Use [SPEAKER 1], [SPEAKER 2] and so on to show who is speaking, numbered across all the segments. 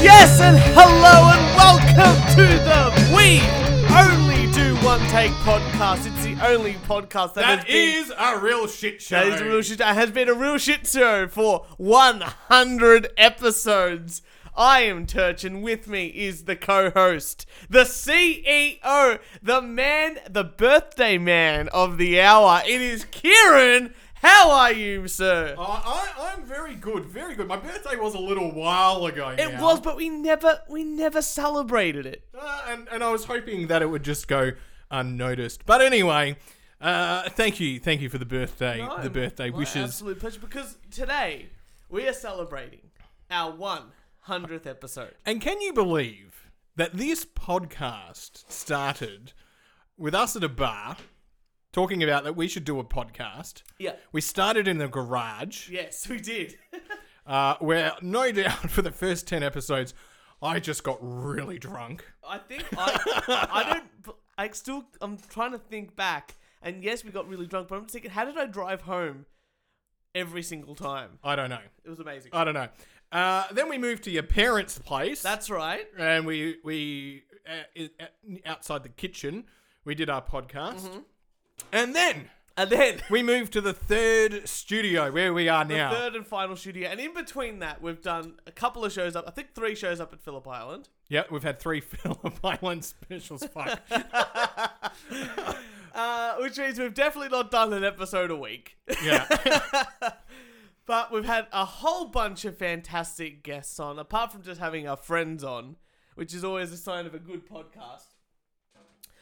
[SPEAKER 1] Yes, and hello, and welcome to the We Only Do One Take podcast. It's the only podcast that, has
[SPEAKER 2] That
[SPEAKER 1] been.
[SPEAKER 2] is a real shit show.
[SPEAKER 1] That is a real shit. That has been a real shit show for 100 episodes. I am Turch, and with me is the co-host, the CEO, the man, the birthday man of the hour. It is Kieran. How are you, sir?
[SPEAKER 2] I, I, I'm very good, very good. My birthday was a little while ago.
[SPEAKER 1] It
[SPEAKER 2] now.
[SPEAKER 1] was, but we never, we never celebrated it.
[SPEAKER 2] Uh, and, and I was hoping that it would just go unnoticed. But anyway, uh, thank you, thank you for the birthday,
[SPEAKER 1] No,
[SPEAKER 2] the birthday
[SPEAKER 1] my
[SPEAKER 2] wishes.
[SPEAKER 1] Absolute pleasure. Because today we are celebrating our one hundredth episode.
[SPEAKER 2] And can you believe that this podcast started with us at a bar talking about that we should do a podcast?
[SPEAKER 1] Yeah.
[SPEAKER 2] We started in the garage.
[SPEAKER 1] Yes, we did.
[SPEAKER 2] uh, where no doubt for the first 10 episodes, I just got really drunk.
[SPEAKER 1] I think I, I don't. I still. I'm trying to think back. And yes, we got really drunk, but I'm just thinking, how did I drive home every single time?
[SPEAKER 2] I don't know.
[SPEAKER 1] It was amazing.
[SPEAKER 2] I don't know. Uh, then we moved to your parents' place.
[SPEAKER 1] That's right.
[SPEAKER 2] and we, we uh, i- uh, outside the kitchen, we did our podcast.
[SPEAKER 1] Mm-hmm.
[SPEAKER 2] And then
[SPEAKER 1] And then
[SPEAKER 2] we moved to the third studio where we are
[SPEAKER 1] the
[SPEAKER 2] now.
[SPEAKER 1] third and final studio. And in between that, we've done a couple of shows up. I think three shows up at Phillip Island.
[SPEAKER 2] Yeah, we've had three Phillip Island specials. Fuck.
[SPEAKER 1] Uh, which means we've definitely not done an episode a week.
[SPEAKER 2] yeah.
[SPEAKER 1] But we've had a whole bunch of fantastic guests on, apart from just having our friends on, which is always a sign of a good podcast.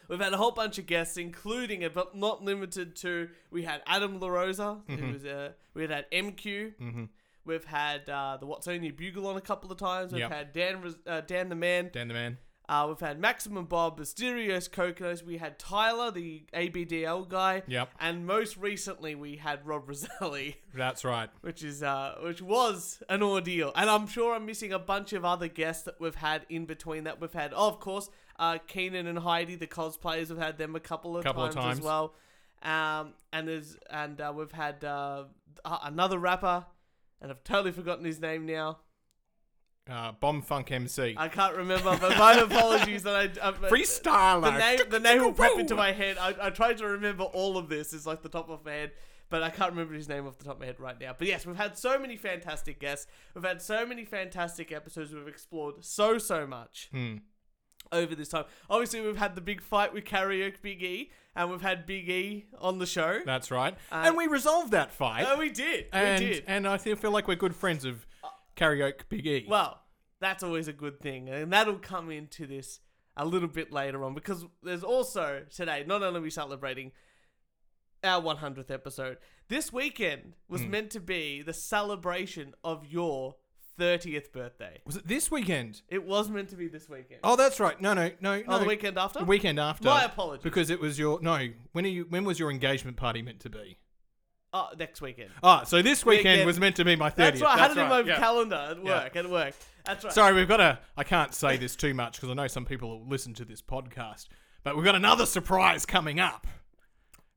[SPEAKER 1] We've had a whole bunch of guests, including uh, but not limited to. We had Adam LaRosa, who was uh, we had had MQ. We've had uh, the Watsonia Bugle on a couple of times. We've
[SPEAKER 2] Yep.
[SPEAKER 1] had Dan Res- uh, Dan the Man.
[SPEAKER 2] Dan the man.
[SPEAKER 1] Uh, we've had Maximum Bob, Mysterious Coconuts. We had Tyler, the ABDL guy.
[SPEAKER 2] Yep.
[SPEAKER 1] And most recently, we had Rob Roselli
[SPEAKER 2] That's right.
[SPEAKER 1] which is uh, which was an ordeal, and I'm sure I'm missing a bunch of other guests that we've had in between. That we've had, oh, of course, uh, Keenan and Heidi, the cosplayers. We've had them a couple of,
[SPEAKER 2] Couple of
[SPEAKER 1] times, as
[SPEAKER 2] times.
[SPEAKER 1] well, um, and there's and uh, we've had uh, a- another rapper, and I've totally forgotten his name now.
[SPEAKER 2] Uh, Bomb Funk MC.
[SPEAKER 1] I can't remember, but my apologies that I. I
[SPEAKER 2] Freestyler.
[SPEAKER 1] the name, the name will pop into my head. I, I tried to remember all of this. It's like the top of my head, but I can't remember his name off the top of my head right now. But yes, we've had so many fantastic guests. We've had so many fantastic episodes. We've explored so so much
[SPEAKER 2] Hmm.
[SPEAKER 1] over this time. Obviously, we've had the big fight with karaoke Big E, and we've had Big E on the show.
[SPEAKER 2] That's right. and we resolved that fight.
[SPEAKER 1] Uh, Oh, we did.
[SPEAKER 2] and,
[SPEAKER 1] we did. Uh,
[SPEAKER 2] and I feel, feel like we're good friends of karaoke Big E.
[SPEAKER 1] Well, that's always a good thing, and that'll come into this a little bit later on because there's also today. Not only are we celebrating our 100th episode, this weekend was
[SPEAKER 2] Hmm.
[SPEAKER 1] meant to be the celebration of your 30th birthday.
[SPEAKER 2] was it this weekend?
[SPEAKER 1] It was meant to be this weekend.
[SPEAKER 2] Oh, that's right. No, no, no,
[SPEAKER 1] Oh,
[SPEAKER 2] no.
[SPEAKER 1] the weekend after.
[SPEAKER 2] The weekend after.
[SPEAKER 1] My apologies.
[SPEAKER 2] Because it was your no. When are you? When was your engagement party meant to be?
[SPEAKER 1] oh, next weekend.
[SPEAKER 2] Ah, so this weekend
[SPEAKER 1] Weekend.
[SPEAKER 2] was meant to be my
[SPEAKER 1] That's
[SPEAKER 2] thirtieth.
[SPEAKER 1] right. I had it in my
[SPEAKER 2] yeah.
[SPEAKER 1] calendar at
[SPEAKER 2] Yeah.
[SPEAKER 1] work. At work. That's right.
[SPEAKER 2] Sorry, we've got a. I can't say this too much because I know some people will listen to this podcast. But we've got another surprise coming up.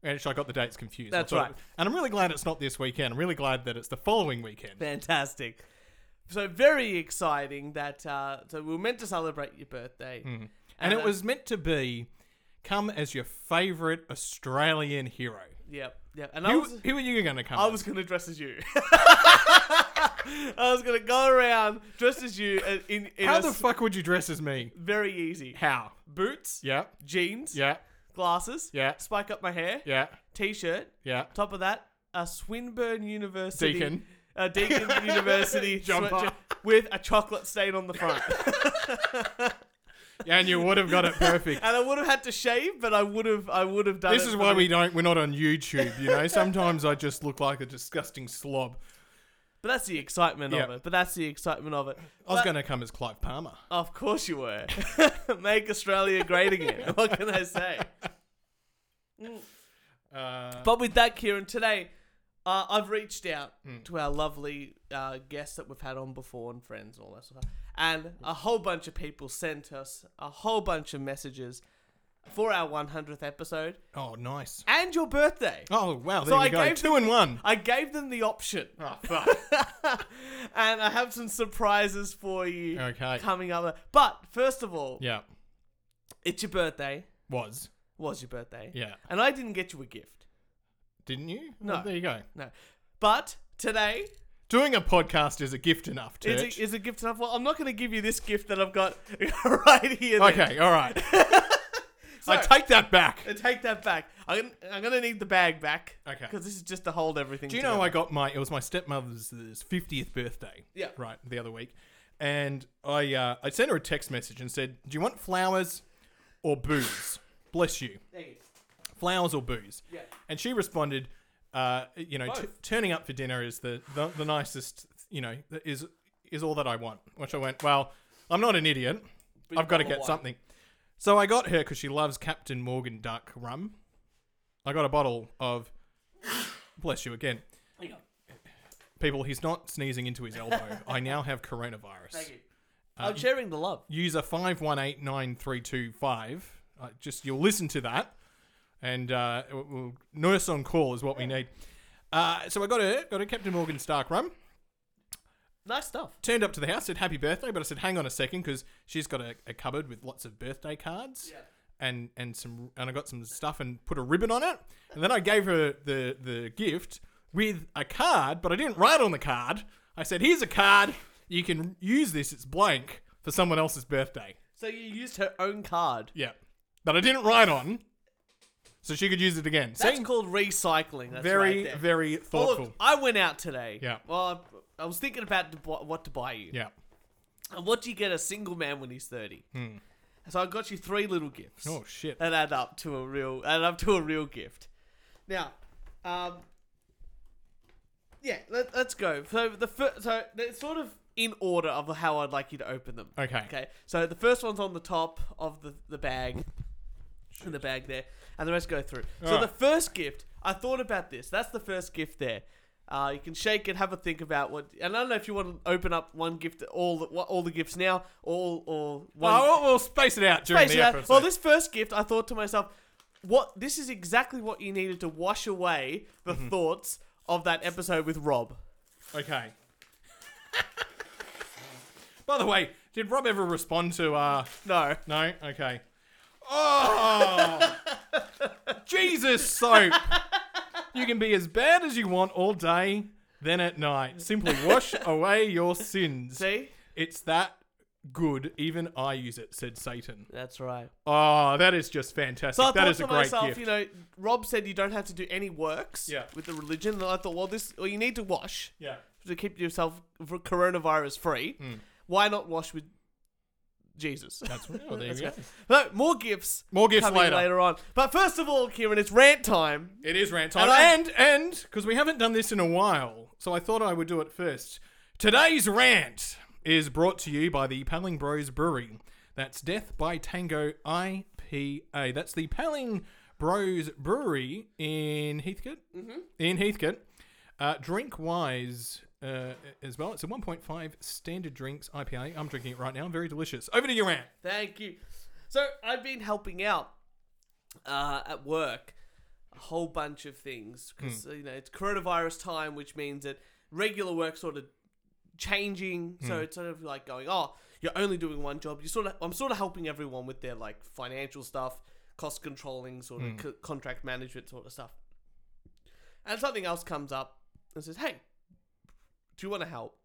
[SPEAKER 2] Actually, I got the dates confused. I
[SPEAKER 1] That's
[SPEAKER 2] thought-
[SPEAKER 1] right.
[SPEAKER 2] And I'm really glad it's not this weekend. I'm really glad that it's the following weekend.
[SPEAKER 1] Fantastic. So very exciting that uh, so we were meant to celebrate your birthday.
[SPEAKER 2] Hmm. And
[SPEAKER 1] uh,
[SPEAKER 2] it was meant to be come as your favourite Australian hero.
[SPEAKER 1] Yep, yep. And I
[SPEAKER 2] Who,
[SPEAKER 1] was,
[SPEAKER 2] who are you going to come?
[SPEAKER 1] I
[SPEAKER 2] as?
[SPEAKER 1] was gonna dress as you. I was gonna go around dressed as you uh, in, in
[SPEAKER 2] How
[SPEAKER 1] a
[SPEAKER 2] the
[SPEAKER 1] s-
[SPEAKER 2] fuck would you dress as me?
[SPEAKER 1] very easy
[SPEAKER 2] How?
[SPEAKER 1] boots,
[SPEAKER 2] Yeah,
[SPEAKER 1] jeans,
[SPEAKER 2] yeah,
[SPEAKER 1] glasses,
[SPEAKER 2] Yeah.
[SPEAKER 1] spike up my hair,
[SPEAKER 2] yeah,
[SPEAKER 1] t-shirt.
[SPEAKER 2] yeah.
[SPEAKER 1] Top of that, a Swinburne University
[SPEAKER 2] Deakin.
[SPEAKER 1] a Deakin University
[SPEAKER 2] Jumper.
[SPEAKER 1] sweatshirt with a chocolate stain on the front.
[SPEAKER 2] And you would have got it perfect.
[SPEAKER 1] and I would have had to shave, but I would have, I would have done.
[SPEAKER 2] This
[SPEAKER 1] it
[SPEAKER 2] is
[SPEAKER 1] for
[SPEAKER 2] why
[SPEAKER 1] the-
[SPEAKER 2] we don't. We're not on YouTube. You know, sometimes I just look like a disgusting slob.
[SPEAKER 1] But that's the excitement of
[SPEAKER 2] Yeah.
[SPEAKER 1] it. But that's the excitement of it.
[SPEAKER 2] I was going to come as Clive Palmer.
[SPEAKER 1] Of course you were. Make Australia great again. What can I say?
[SPEAKER 2] Uh,
[SPEAKER 1] But with that, Kieran, today uh, I've reached out
[SPEAKER 2] Hmm.
[SPEAKER 1] to our lovely uh, guests that we've had on before and friends and all that sort of And a whole bunch of people sent us a whole bunch of messages for our 100th episode
[SPEAKER 2] oh, nice.
[SPEAKER 1] and your birthday.
[SPEAKER 2] Oh wow, there
[SPEAKER 1] So
[SPEAKER 2] you
[SPEAKER 1] I
[SPEAKER 2] go.
[SPEAKER 1] gave
[SPEAKER 2] Two and one.
[SPEAKER 1] I gave them the option.
[SPEAKER 2] Oh, fuck.
[SPEAKER 1] and I have some surprises for you
[SPEAKER 2] Okay.
[SPEAKER 1] coming up. But first of all,
[SPEAKER 2] Yeah.
[SPEAKER 1] it's your birthday.
[SPEAKER 2] Was.
[SPEAKER 1] Was your birthday?
[SPEAKER 2] Yeah.
[SPEAKER 1] And I didn't get you a gift.
[SPEAKER 2] Didn't you?
[SPEAKER 1] No.
[SPEAKER 2] Well, there you go.
[SPEAKER 1] No. But today
[SPEAKER 2] Doing a podcast is a gift enough, Turch.
[SPEAKER 1] is a, is a gift enough. Well, I'm not going to give you this gift that I've got right here. then.
[SPEAKER 2] okay, all right.
[SPEAKER 1] So,
[SPEAKER 2] I take that back.
[SPEAKER 1] I take that back. I'm, I'm going to need the bag back.
[SPEAKER 2] Okay.
[SPEAKER 1] Because this is just to hold everything.
[SPEAKER 2] Do you know
[SPEAKER 1] together.
[SPEAKER 2] I got my? It was my stepmother's uh, fiftieth birthday.
[SPEAKER 1] Yeah.
[SPEAKER 2] Right. The other week, and I uh, I sent her a text message and said, "Do you want flowers or booze? Bless you,
[SPEAKER 1] There you go.
[SPEAKER 2] flowers or booze."
[SPEAKER 1] Yeah.
[SPEAKER 2] And she responded, uh, "You know, t-
[SPEAKER 1] Both.
[SPEAKER 2] turning up for dinner is the, the the nicest. You know, that is is all that I want." Which I went, "Well, I'm not an idiot.
[SPEAKER 1] But
[SPEAKER 2] I've
[SPEAKER 1] you've
[SPEAKER 2] got to
[SPEAKER 1] got
[SPEAKER 2] get
[SPEAKER 1] one."
[SPEAKER 2] something." So I got her because she loves Captain Morgan Dark Rum. I got a bottle of. Bless you again.
[SPEAKER 1] There you go.
[SPEAKER 2] People, he's not sneezing into his elbow. I now have coronavirus.
[SPEAKER 1] Thank you.
[SPEAKER 2] Uh,
[SPEAKER 1] I'm sharing the love.
[SPEAKER 2] User five one eight nine three two five. Uh, just you'll listen to that, and uh, we'll- we'll, nurse on call is what we need. Uh, so I got a got a Captain Morgan Stark rum.
[SPEAKER 1] Nice stuff.
[SPEAKER 2] Turned up to the house, said happy birthday, but I said hang on a second because she's got a, a cupboard with lots of birthday cards. And, and some and I got some stuff and put a ribbon on it and then I gave her the the gift with a card but I didn't write on the card I said here's a card you can use this it's blank for someone else's birthday
[SPEAKER 1] So you used her own card.
[SPEAKER 2] yeah that I didn't write on so she could use it again
[SPEAKER 1] That's
[SPEAKER 2] Seeing-
[SPEAKER 1] called recycling. That's
[SPEAKER 2] very
[SPEAKER 1] right there.
[SPEAKER 2] very
[SPEAKER 1] Well, look,
[SPEAKER 2] thoughtful
[SPEAKER 1] I went out today.
[SPEAKER 2] Yeah.
[SPEAKER 1] Well, I, I was thinking about to bu- what to buy you.
[SPEAKER 2] yeah
[SPEAKER 1] And what do you get a single man when he's thirty?
[SPEAKER 2] Hmm.
[SPEAKER 1] So I got you three little gifts.
[SPEAKER 2] oh shit
[SPEAKER 1] That add up to a real add up to a real gift. Now, um, yeah, let, let's go. So the fir- so they're sort of in order of how I'd like you to open them.
[SPEAKER 2] okay
[SPEAKER 1] Okay, so the first one's on the top of the, the bag, in the bag there, and the rest go through. So
[SPEAKER 2] Alright.
[SPEAKER 1] the first gift, I thought about this. That's the first gift there. Uh, you can shake it, have a think about what. And I don't know if you want to open up one gift, all the wha- all the gifts now, all or one.
[SPEAKER 2] well, we'll, we'll space it out during
[SPEAKER 1] Basically,
[SPEAKER 2] the
[SPEAKER 1] I-
[SPEAKER 2] episode
[SPEAKER 1] well, this first gift, I thought to myself, what? This is exactly what you needed to wash away the
[SPEAKER 2] Mm-hmm.
[SPEAKER 1] thoughts of that episode with Rob.
[SPEAKER 2] Okay. By the way, did Rob ever respond to uh
[SPEAKER 1] No,
[SPEAKER 2] no? Okay. Oh Jesus soap. You can be as bad as you want all day, then at night. Simply wash away your sins.
[SPEAKER 1] see,
[SPEAKER 2] It's that good, even I use it, said Satan.
[SPEAKER 1] that's right.
[SPEAKER 2] Oh, that is just fantastic.
[SPEAKER 1] So I
[SPEAKER 2] that
[SPEAKER 1] thought
[SPEAKER 2] is a
[SPEAKER 1] to
[SPEAKER 2] great
[SPEAKER 1] myself,
[SPEAKER 2] gift.
[SPEAKER 1] you know, Rob said you don't have to do any works
[SPEAKER 2] Yeah.
[SPEAKER 1] with the religion. And I thought, well, this, well, you need to wash
[SPEAKER 2] yeah. Hmm.
[SPEAKER 1] to keep yourself v- coronavirus free. Why not wash with Jesus?
[SPEAKER 2] That's oh, there you
[SPEAKER 1] That's
[SPEAKER 2] go.
[SPEAKER 1] right. No, more gifts.
[SPEAKER 2] More gifts
[SPEAKER 1] coming
[SPEAKER 2] later.
[SPEAKER 1] on. But first of all, Kieran, it's rant time.
[SPEAKER 2] It is rant
[SPEAKER 1] And
[SPEAKER 2] time.
[SPEAKER 1] I-
[SPEAKER 2] And and because we haven't done this in a while, so I thought I would do it first. Today's rant is brought to you by the Paling Bros Brewery. That's Death by Tango IPA. That's the Paling Bros Brewery in Heathcote. Mm-hmm. In Heathcote. Uh, drink wise uh, as well. It's a 1.5 standard drinks IPA. I'm drinking it right now. Very delicious. Over to you, rant.
[SPEAKER 1] Thank you. So I've been helping out uh, at work a whole bunch of things because you know it's coronavirus time, which means that regular work sort of changing. So it's sort of like going, oh, you're only doing one job. You sort of, I'm sort of helping everyone with their like financial stuff, cost controlling, sort of co- contract management, sort of stuff. And something else comes up and says, hey, do you want to help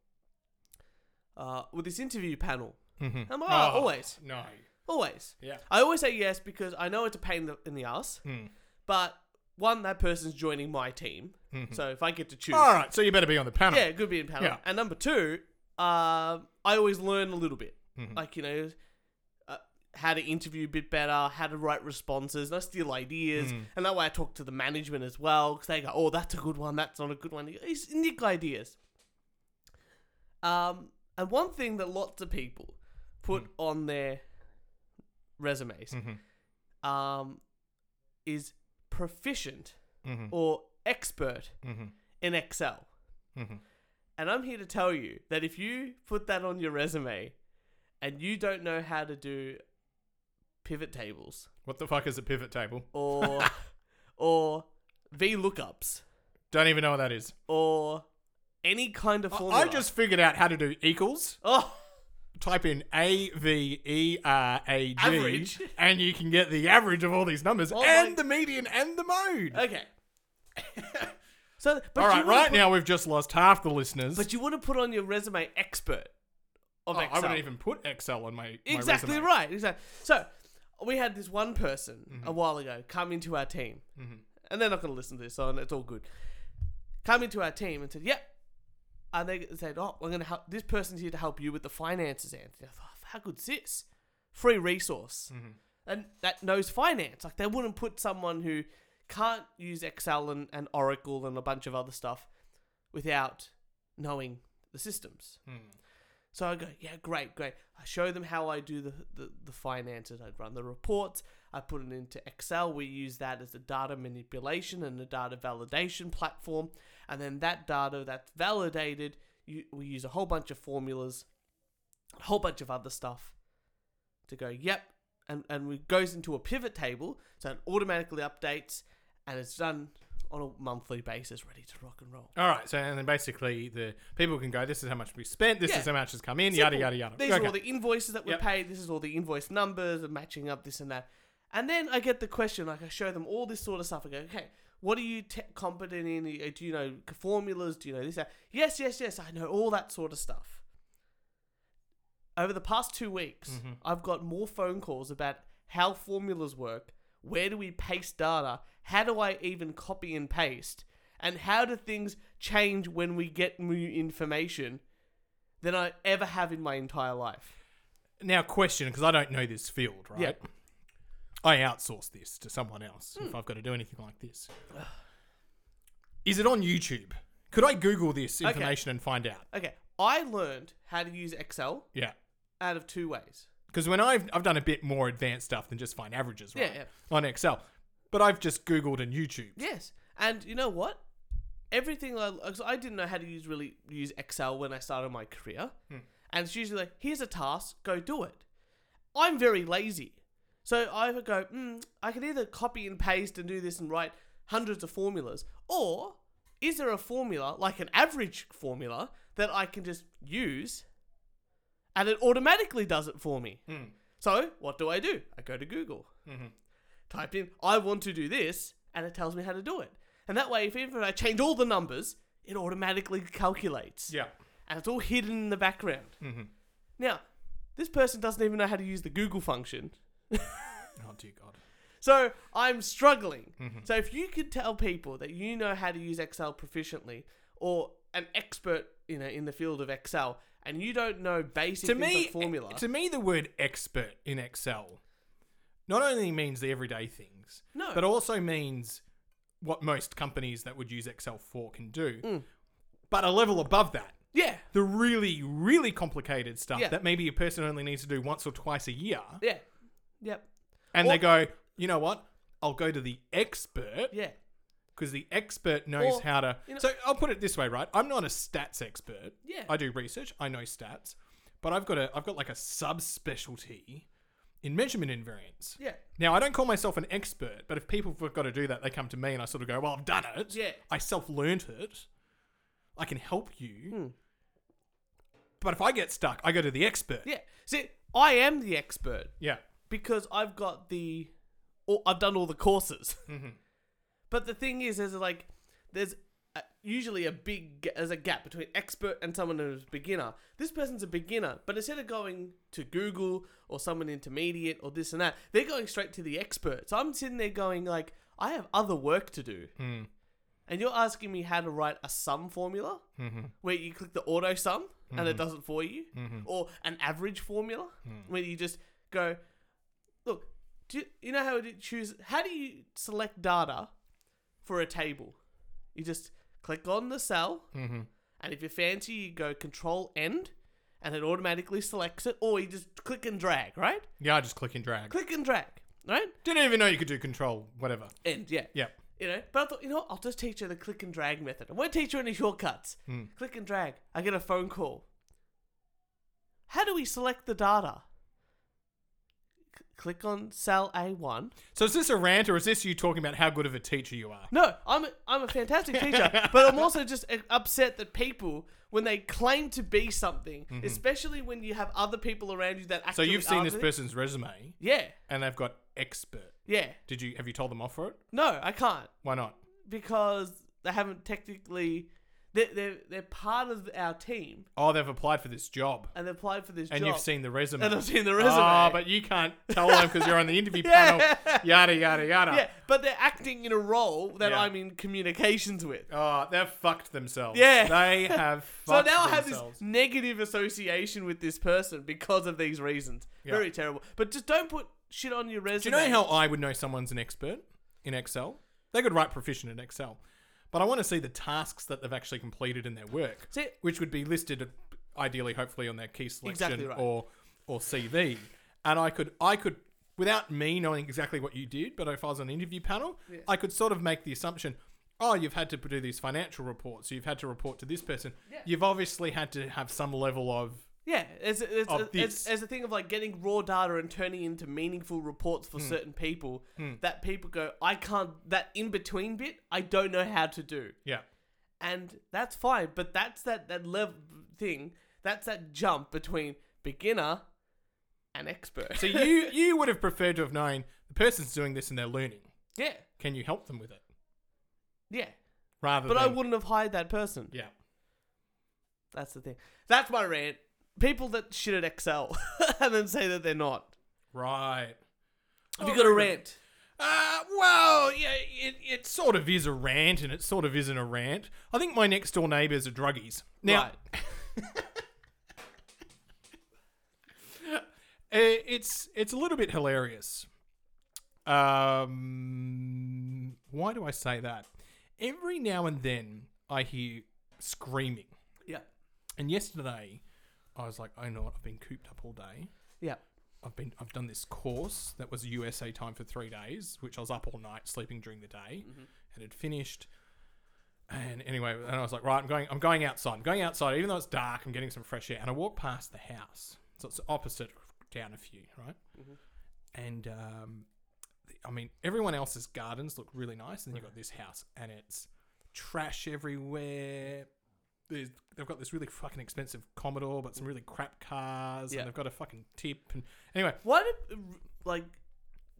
[SPEAKER 1] uh, with this interview panel?
[SPEAKER 2] Mhm.
[SPEAKER 1] I'm like, oh,
[SPEAKER 2] Oh,
[SPEAKER 1] always.
[SPEAKER 2] No.
[SPEAKER 1] Always.
[SPEAKER 2] Yeah.
[SPEAKER 1] I always say yes because I know it's a pain in the, in the ass,
[SPEAKER 2] Hmm.
[SPEAKER 1] but one, that person's joining my team. So if I get to choose,
[SPEAKER 2] All right. So you better be on the panel.
[SPEAKER 1] yeah, it could be in panel.
[SPEAKER 2] Yeah.
[SPEAKER 1] And number two, um, I always learn a little bit. Like, you know, uh, how to interview a bit better, how to write responses, and I steal ideas. And that way I talk to the management as well because they go, oh, that's a good one, that's not a good one. It's nick ideas. Um, and one thing that lots of people put on their resumes
[SPEAKER 2] Mm-hmm.
[SPEAKER 1] um, is proficient
[SPEAKER 2] Mhm.
[SPEAKER 1] or expert
[SPEAKER 2] Mhm.
[SPEAKER 1] in Excel.
[SPEAKER 2] Mhm.
[SPEAKER 1] And I'm here to tell you that if you put that on your resume and you don't know how to do pivot tables
[SPEAKER 2] What the fuck is a pivot table?
[SPEAKER 1] or or VLOOKUPs
[SPEAKER 2] Don't even know what that is.
[SPEAKER 1] or any kind of
[SPEAKER 2] I-
[SPEAKER 1] formula.
[SPEAKER 2] I just figured out how to do equals.
[SPEAKER 1] oh
[SPEAKER 2] Type in A V E R A G,
[SPEAKER 1] Average.
[SPEAKER 2] and you can get the average of all these numbers,
[SPEAKER 1] Oh
[SPEAKER 2] and
[SPEAKER 1] my-
[SPEAKER 2] the median, and the mode.
[SPEAKER 1] okay. so Uh, but
[SPEAKER 2] all
[SPEAKER 1] you
[SPEAKER 2] right,
[SPEAKER 1] wanna
[SPEAKER 2] right
[SPEAKER 1] put-
[SPEAKER 2] now we've just lost half the listeners.
[SPEAKER 1] But you want to put on your resume expert of
[SPEAKER 2] Oh, I
[SPEAKER 1] Excel.
[SPEAKER 2] wouldn't even put Excel on my my
[SPEAKER 1] Exactly
[SPEAKER 2] resume.
[SPEAKER 1] right. Exactly. So we had this one person a
[SPEAKER 2] Mm-hmm.
[SPEAKER 1] while ago come into our team, and they're not going to listen to this, so it's all good. Come into our team and said, "Yep," and they said, "Oh, we're going to help. This person's here to help you with the finances, Anthony." I thought, "Oh, how good's this? Free resource,
[SPEAKER 2] Mm-hmm.
[SPEAKER 1] and that knows finance. Like they wouldn't put someone who can't use Excel and, and Oracle and a bunch of other stuff without knowing the systems.
[SPEAKER 2] Hmm.
[SPEAKER 1] So I go, yeah, great, great. I show them how I do the, the, the finances. I run the reports. I put it into Excel. We use that as a data manipulation and a data validation platform. And then that data that's validated, you, we use a whole bunch of formulas, a whole bunch of other stuff to go, yep. And, and it goes into a pivot table. So it automatically updates and it's done on a monthly basis, ready to rock and roll.
[SPEAKER 2] All right, so and then basically the people can go. This is how much we spent. This
[SPEAKER 1] Yeah.
[SPEAKER 2] is how much has come in.
[SPEAKER 1] Simple.
[SPEAKER 2] Yada yada yada.
[SPEAKER 1] These
[SPEAKER 2] Okay.
[SPEAKER 1] are all the invoices that were
[SPEAKER 2] Yep.
[SPEAKER 1] paid. This is all the invoice numbers and matching up this and that. And then I get the question, like I show them all this sort of stuff. I go, okay, what are you te- competent in? Uh, Do you know formulas? Do you know this? That? Yes, yes, yes. I know all that sort of stuff. Over the past two weeks,
[SPEAKER 2] Mm-hmm.
[SPEAKER 1] I've got more phone calls about how formulas work. Where do we paste data? How do I even copy and paste? And how do things change when we get new information than I ever have in my entire life.
[SPEAKER 2] Now, question because I don't know this field, right?
[SPEAKER 1] Yeah.
[SPEAKER 2] I outsource this to someone else
[SPEAKER 1] Hmm.
[SPEAKER 2] if I've got to do anything like this. Is it on YouTube? Could I Google this
[SPEAKER 1] Okay.
[SPEAKER 2] information and find out?
[SPEAKER 1] Okay, I learned how to use Excel
[SPEAKER 2] Yeah.
[SPEAKER 1] out of two ways.
[SPEAKER 2] Because when I've, I've done a bit more advanced stuff than just find averages, right?
[SPEAKER 1] Yeah, yeah.
[SPEAKER 2] On Excel. But I've just Googled and YouTube.
[SPEAKER 1] Yes, and you know what? Everything I, 'cause I didn't know how to use really use Excel when I started my career, and it's usually like, here's a task, go do it. I'm very lazy, so I would go, mm, I can either copy and paste and do this and write hundreds of formulas, or is there a formula like an average formula that I can just use, and it automatically does it for me? So what do I do? I go to Google typed in I want to do this and it tells me how to do it. And that way if even if I change all the numbers, it automatically calculates.
[SPEAKER 2] Yeah.
[SPEAKER 1] And it's all hidden in the background. Now, this person doesn't even know how to use the Google function.
[SPEAKER 2] Oh, dear God.
[SPEAKER 1] So I'm struggling.
[SPEAKER 2] Mm-hmm.
[SPEAKER 1] So if you could tell people that you know how to use Excel proficiently or an expert, you know, in the field of Excel and you don't know basic
[SPEAKER 2] to
[SPEAKER 1] things like
[SPEAKER 2] me, eh,
[SPEAKER 1] formula.
[SPEAKER 2] to me, the word expert in Excel not only means the everyday things,
[SPEAKER 1] No.
[SPEAKER 2] but also means what most companies that would use Excel for can do,
[SPEAKER 1] Mm.
[SPEAKER 2] but a level above that.
[SPEAKER 1] yeah.
[SPEAKER 2] The really, really complicated stuff
[SPEAKER 1] Yeah.
[SPEAKER 2] that maybe a person only needs to do once or twice a year,
[SPEAKER 1] Yeah. Yep.
[SPEAKER 2] and
[SPEAKER 1] Or-
[SPEAKER 2] they go, you know what? I'll go to the expert
[SPEAKER 1] Yeah.
[SPEAKER 2] because the expert knows
[SPEAKER 1] Or,
[SPEAKER 2] how to.
[SPEAKER 1] you know-
[SPEAKER 2] so I'll put it this way, right? I'm not a stats expert.
[SPEAKER 1] Yeah.
[SPEAKER 2] I do research. I know stats, but I've got a I've got like a subspecialty in measurement invariance.
[SPEAKER 1] Yeah.
[SPEAKER 2] Now I don't call myself an expert, but if people forgot to do that, they come to me and I sort of go, "Well, I've done it.
[SPEAKER 1] Yeah.
[SPEAKER 2] I self-learned it. I can help you."
[SPEAKER 1] Hmm.
[SPEAKER 2] But if I get stuck, I go to the expert.
[SPEAKER 1] Yeah. See, I am the expert.
[SPEAKER 2] Yeah.
[SPEAKER 1] because I've got the, or I've done all the courses. But the thing is, there's like, there's a, usually a big ga- there's a gap between expert and someone who's beginner. This person's a beginner, but instead of going to Google or someone intermediate or this and that, they're going straight to the expert. So I'm sitting there going like, I have other work to do. And you're asking me how to write a sum formula where you click the auto sum and it does it for you, or an average formula where you just go, look, do you, you know how to choose? How do you select data for a table? You just click on the cell,
[SPEAKER 2] Mm-hmm.
[SPEAKER 1] and if you're fancy, you go Control End, and it automatically selects it, or you just click and drag, right?
[SPEAKER 2] Yeah, I just click and drag.
[SPEAKER 1] Click and drag, right?
[SPEAKER 2] Didn't even know you could do control, whatever.
[SPEAKER 1] End, yeah.
[SPEAKER 2] Yeah.
[SPEAKER 1] You know, but I thought, you know, what? I'll just teach her the click and drag method. I won't teach her any shortcuts. Click and drag. I get a phone call. How do we select the data? C- Click on cell A1.
[SPEAKER 2] So is this a rant or is this you talking about how good of a teacher you are?
[SPEAKER 1] No, I'm a, I'm a fantastic teacher, but I'm also just uh, upset that people, when they claim to be something, especially when you have other people around you that
[SPEAKER 2] Mm-hmm. So
[SPEAKER 1] actually
[SPEAKER 2] you've seen
[SPEAKER 1] are
[SPEAKER 2] this
[SPEAKER 1] the-
[SPEAKER 2] person's resume
[SPEAKER 1] Yeah,
[SPEAKER 2] and they've got expert.
[SPEAKER 1] yeah.
[SPEAKER 2] Did you have you told them off for it?
[SPEAKER 1] No, I can't
[SPEAKER 2] Why not?
[SPEAKER 1] because they haven't technically. They're, they're, they're part of our team
[SPEAKER 2] Oh, they've applied for this job
[SPEAKER 1] and they applied for this
[SPEAKER 2] and
[SPEAKER 1] job.
[SPEAKER 2] you've seen the resume.
[SPEAKER 1] And I've seen the resume.
[SPEAKER 2] Oh, but you can't tell them because you're on the interview
[SPEAKER 1] Yeah.
[SPEAKER 2] panel. Yada yada yada.
[SPEAKER 1] yeah, but they're acting in a role that
[SPEAKER 2] Yeah.
[SPEAKER 1] I'm in communications with.
[SPEAKER 2] Oh, they've fucked themselves.
[SPEAKER 1] Yeah.
[SPEAKER 2] They have
[SPEAKER 1] So
[SPEAKER 2] fucked
[SPEAKER 1] now I have this
[SPEAKER 2] themselves.
[SPEAKER 1] negative association with this person because of these reasons.
[SPEAKER 2] Yeah.
[SPEAKER 1] Very terrible. But just don't put shit on your resume.
[SPEAKER 2] Do you know how I would know someone's an expert in Excel? They could write proficient in Excel. But I want to see the tasks that they've actually completed in their work,
[SPEAKER 1] See-
[SPEAKER 2] which would be listed ideally, hopefully, on their key selection
[SPEAKER 1] Exactly right.
[SPEAKER 2] or or CV. And I could I could without me knowing exactly what you did, but if I was on an interview panel, I could sort of make the assumption, oh, you've had to do these financial reports, you've had to report to this person, you've obviously had to have some level of
[SPEAKER 1] Yeah, as as,
[SPEAKER 2] Of
[SPEAKER 1] as,
[SPEAKER 2] this.
[SPEAKER 1] as, as a thing of like getting raw data and turning it into meaningful reports
[SPEAKER 2] Hmm.
[SPEAKER 1] for certain people that people go, I can't. That in between bit, I don't know how to do,
[SPEAKER 2] yeah.
[SPEAKER 1] and that's fine. But that's that that level thing. That's that jump between beginner and expert.
[SPEAKER 2] So you you would have preferred to have known the person's doing this and they're learning.
[SPEAKER 1] yeah,
[SPEAKER 2] Can you help them with it?
[SPEAKER 1] yeah.
[SPEAKER 2] Rather
[SPEAKER 1] But
[SPEAKER 2] than
[SPEAKER 1] I wouldn't have hired that person.
[SPEAKER 2] Yeah.
[SPEAKER 1] That's the thing. That's my rant. People that shit at Excel and then say that they're not.
[SPEAKER 2] Right.
[SPEAKER 1] Have you
[SPEAKER 2] Oh,
[SPEAKER 1] got a
[SPEAKER 2] very good.
[SPEAKER 1] rant?
[SPEAKER 2] Uh, well, yeah, it, it sort of is a rant and it sort of isn't a rant. I think my next door neighbours are druggies. Now,
[SPEAKER 1] Right.
[SPEAKER 2] Uh, it's it's a little bit hilarious. Um, why do I say that? Every now and then I hear screaming,
[SPEAKER 1] Yeah.
[SPEAKER 2] and yesterday I was like, "Oh no, I've been cooped up all day.
[SPEAKER 1] Yeah.
[SPEAKER 2] I've been I've done this course that was USA time for three days, which I was up all night sleeping during the day, and had finished. And anyway, and I was like, right, I'm going I'm going outside. I'm going outside, even though it's dark. I'm getting some fresh air, and I walk past the house, so it's opposite down a few, right? And um, the- I mean, everyone else's gardens look really nice, and then you've got this house, and it's trash everywhere. There's, they've got this really fucking expensive Commodore, but some really crap cars,
[SPEAKER 1] Yeah.
[SPEAKER 2] and they've got a fucking tip. And anyway,
[SPEAKER 1] Why do like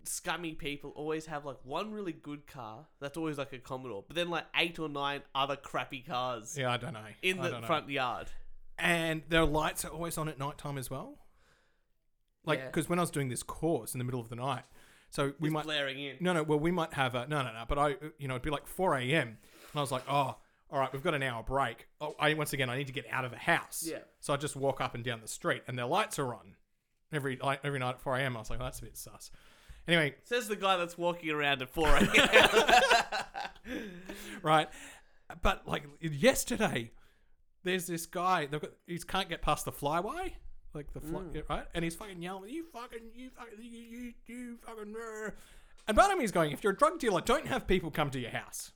[SPEAKER 1] scummy people always have like one really good car that's always like a Commodore, but then like eight or nine other crappy cars
[SPEAKER 2] Yeah, I don't know.
[SPEAKER 1] in
[SPEAKER 2] I
[SPEAKER 1] the
[SPEAKER 2] don't know.
[SPEAKER 1] front yard?
[SPEAKER 2] And their lights are always on at night time as well. Like,
[SPEAKER 1] Yeah.
[SPEAKER 2] because when I was doing this course in the middle of the night, so we
[SPEAKER 1] It's
[SPEAKER 2] might.
[SPEAKER 1] blaring in.
[SPEAKER 2] No, no, well, we might have a. No, no, no. But I, you know, it'd be like 4 a.m. And I was like, oh, all right, we've got an hour break. Oh, I, once again, I need to get out of the house.
[SPEAKER 1] Yeah.
[SPEAKER 2] So I just walk up and down the street and their lights are on every, like, every night at 4 a.m. I was like, well, that's a bit sus. Anyway,
[SPEAKER 1] Says the guy that's walking around at four a.m.
[SPEAKER 2] right? But like yesterday, there's this guy. They've got he can't get past the flyway, like the fly, yeah, right? And he's fucking yelling, "You fucking, you fucking, you, you, you fucking!" uh." And part of me is going, if you're a drug dealer, don't have people come to your house.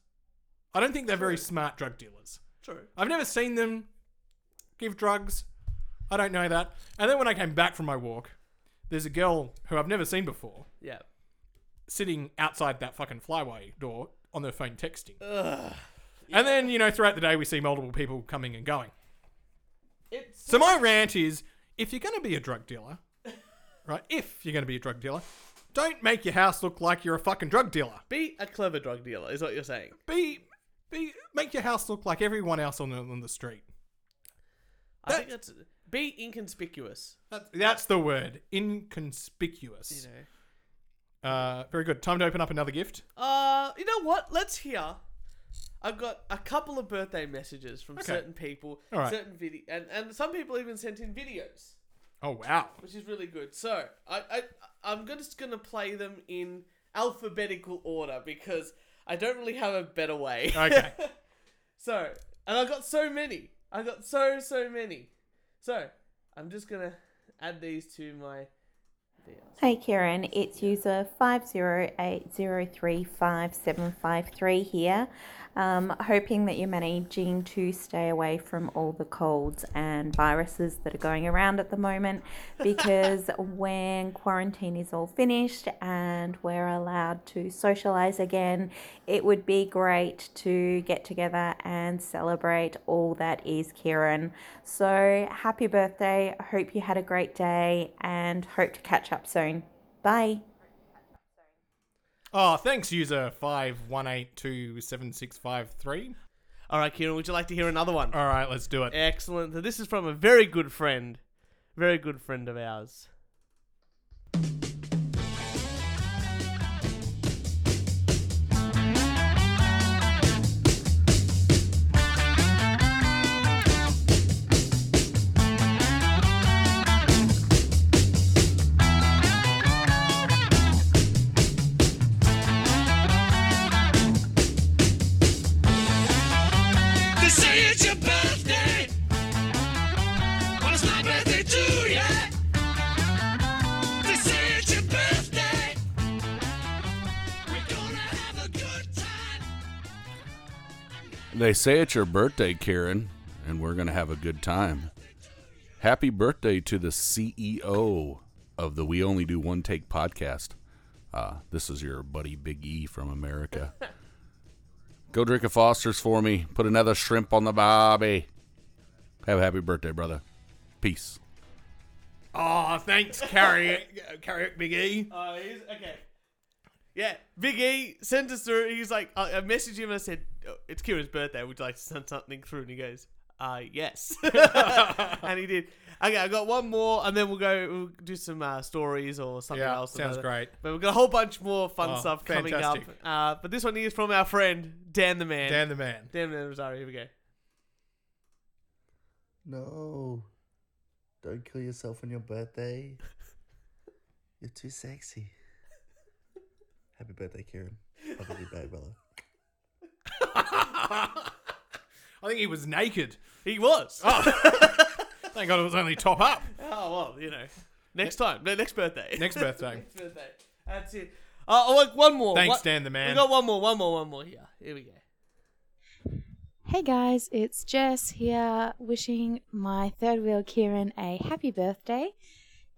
[SPEAKER 2] I don't think they're very smart drug dealers.
[SPEAKER 1] True.
[SPEAKER 2] I've never seen them give drugs. I don't know that. And then when I came back from my walk, there's a girl who I've never seen before
[SPEAKER 1] Yeah.
[SPEAKER 2] sitting outside that fucking flyway door on their phone texting. And then, you know, throughout the day, we see multiple people coming and going.
[SPEAKER 1] It's
[SPEAKER 2] So, my rant is if you're going to be a drug dealer, right, if you're going to be a drug dealer, don't make your house look like you're a fucking drug dealer.
[SPEAKER 1] be a clever drug dealer is what you're saying.
[SPEAKER 2] Be, be, make your house look like everyone else on the, on the street.
[SPEAKER 1] I think that's be inconspicuous.
[SPEAKER 2] That, that's the word inconspicuous.
[SPEAKER 1] You know.
[SPEAKER 2] Uh, very good. Time to open up another gift.
[SPEAKER 1] Uh, you know what? Let's hear. I've got a couple of birthday messages from
[SPEAKER 2] Okay.
[SPEAKER 1] certain people,
[SPEAKER 2] All right.
[SPEAKER 1] certain video, and, and some people even sent in videos,
[SPEAKER 2] Oh, wow.
[SPEAKER 1] which is really good. So I I I'm gonna- just gonna play them in alphabetical order because I don't really have a better way.
[SPEAKER 2] Okay.
[SPEAKER 1] so and I got so many. I got so so many. So I'm just gonna add these to my
[SPEAKER 3] Hey Kieran, it's user 5080357553 here. Um, hoping that you're managing to stay away from all the colds and viruses that are going around at the moment because when quarantine is all finished and we're allowed to socialize again, it would be great to get together and celebrate all that is Kieran. So happy birthday. Hope you had a great day and hope to catch up soon. Bye.
[SPEAKER 2] Oh, thanks, user 51827653.
[SPEAKER 1] All right, Kieran, would you like to hear another one?
[SPEAKER 2] All right, let's do it.
[SPEAKER 1] Excellent. So this is from a very good friend, very good friend of ours.
[SPEAKER 4] They say it's your birthday, but it's my birthday too, yeah. They say it's your birthday. We're gonna have a good time.
[SPEAKER 5] They say it's your birthday, Karen, and we're going to have a good time. Happy birthday to the CEO of the We Only Do One Take podcast. Uh, this is your buddy Big E from America. Go drink a Foster's for me. Put another shrimp on the bobby. Have a happy birthday, brother. Peace.
[SPEAKER 2] Oh, thanks, Carrie, Carrie Big E.
[SPEAKER 1] Oh, he's okay. Yeah, Big E sent us through. He's like, I, I messaged him and I said, "Oh, "It's Kieran's birthday. Would you like to send something through?" And he goes, "Uh, yes." and he did. Okay, I got one more, and then we'll go we'll do some uh, stories or something
[SPEAKER 2] Yeah,
[SPEAKER 1] else.
[SPEAKER 2] sounds
[SPEAKER 1] another.
[SPEAKER 2] great.
[SPEAKER 1] But we've got a whole bunch more fun
[SPEAKER 2] Oh,
[SPEAKER 1] stuff coming up.
[SPEAKER 2] fantastic.
[SPEAKER 1] Uh, but this one is from our friend Dan the Man.
[SPEAKER 2] Dan the man.
[SPEAKER 1] Dan the Man Rosario. Here we go.
[SPEAKER 6] No. Don't kill yourself on your birthday. You're too sexy. Happy birthday, Kieran. Have a good day, brother.
[SPEAKER 2] I think he was naked.
[SPEAKER 1] He was. Oh,
[SPEAKER 2] Thank God it was only top up.
[SPEAKER 1] well, you know, next time, no, next birthday.
[SPEAKER 2] Next birthday.
[SPEAKER 1] Next birthday. That's it. Uh, oh, look, one more.
[SPEAKER 2] Thanks,
[SPEAKER 1] One-
[SPEAKER 2] Dan the man.
[SPEAKER 1] We got one more, one more, one more here. Here we go.
[SPEAKER 7] Hey guys, it's Jess here wishing my third wheel Kieran a happy birthday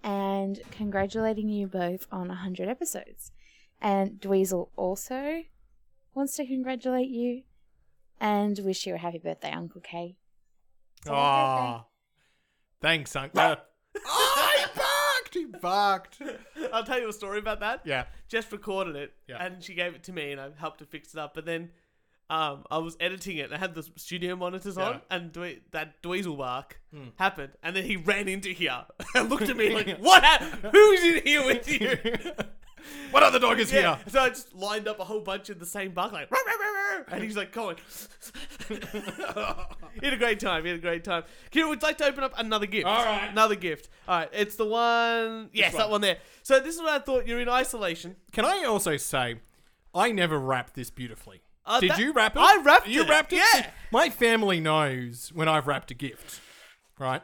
[SPEAKER 7] and congratulating you both on 100 episodes. And Dweezil also wants to congratulate you and wish you a happy birthday, Uncle K. So happy birthday.
[SPEAKER 2] Aw. Ah. Thanks, Uncle. oh, he barked. He barked.
[SPEAKER 1] I'll tell you a story about that.
[SPEAKER 2] Yeah.
[SPEAKER 1] Jess recorded it,
[SPEAKER 2] Yeah.
[SPEAKER 1] and she gave it to me, and I helped her fix it up. But then, um, I was editing it, and I had the studio monitors on, and Dwe- that Dweezil bark
[SPEAKER 2] Hmm.
[SPEAKER 1] happened, and then he ran into here and looked at me like, "What? hap- Who's in here with you?"
[SPEAKER 2] what other dog is
[SPEAKER 1] Yeah.
[SPEAKER 2] here?
[SPEAKER 1] So I just lined up a whole bunch of the same bark, like, "Rah, rah, rah, rah," and he's like, going. he had a great time. He had a great time. Kira, would you like to open up another gift?
[SPEAKER 2] All right.
[SPEAKER 1] Another gift. All right. It's the one. Yes, that
[SPEAKER 2] one.
[SPEAKER 1] one there. So this is what I thought. You're in isolation.
[SPEAKER 2] Can I also say, I never wrapped this beautifully.
[SPEAKER 1] Uh,
[SPEAKER 2] Did
[SPEAKER 1] that-
[SPEAKER 2] you wrap it?
[SPEAKER 1] I wrapped
[SPEAKER 2] you
[SPEAKER 1] it,
[SPEAKER 2] wrapped it.
[SPEAKER 1] yeah.
[SPEAKER 2] See, My family knows when I've wrapped a gift, right?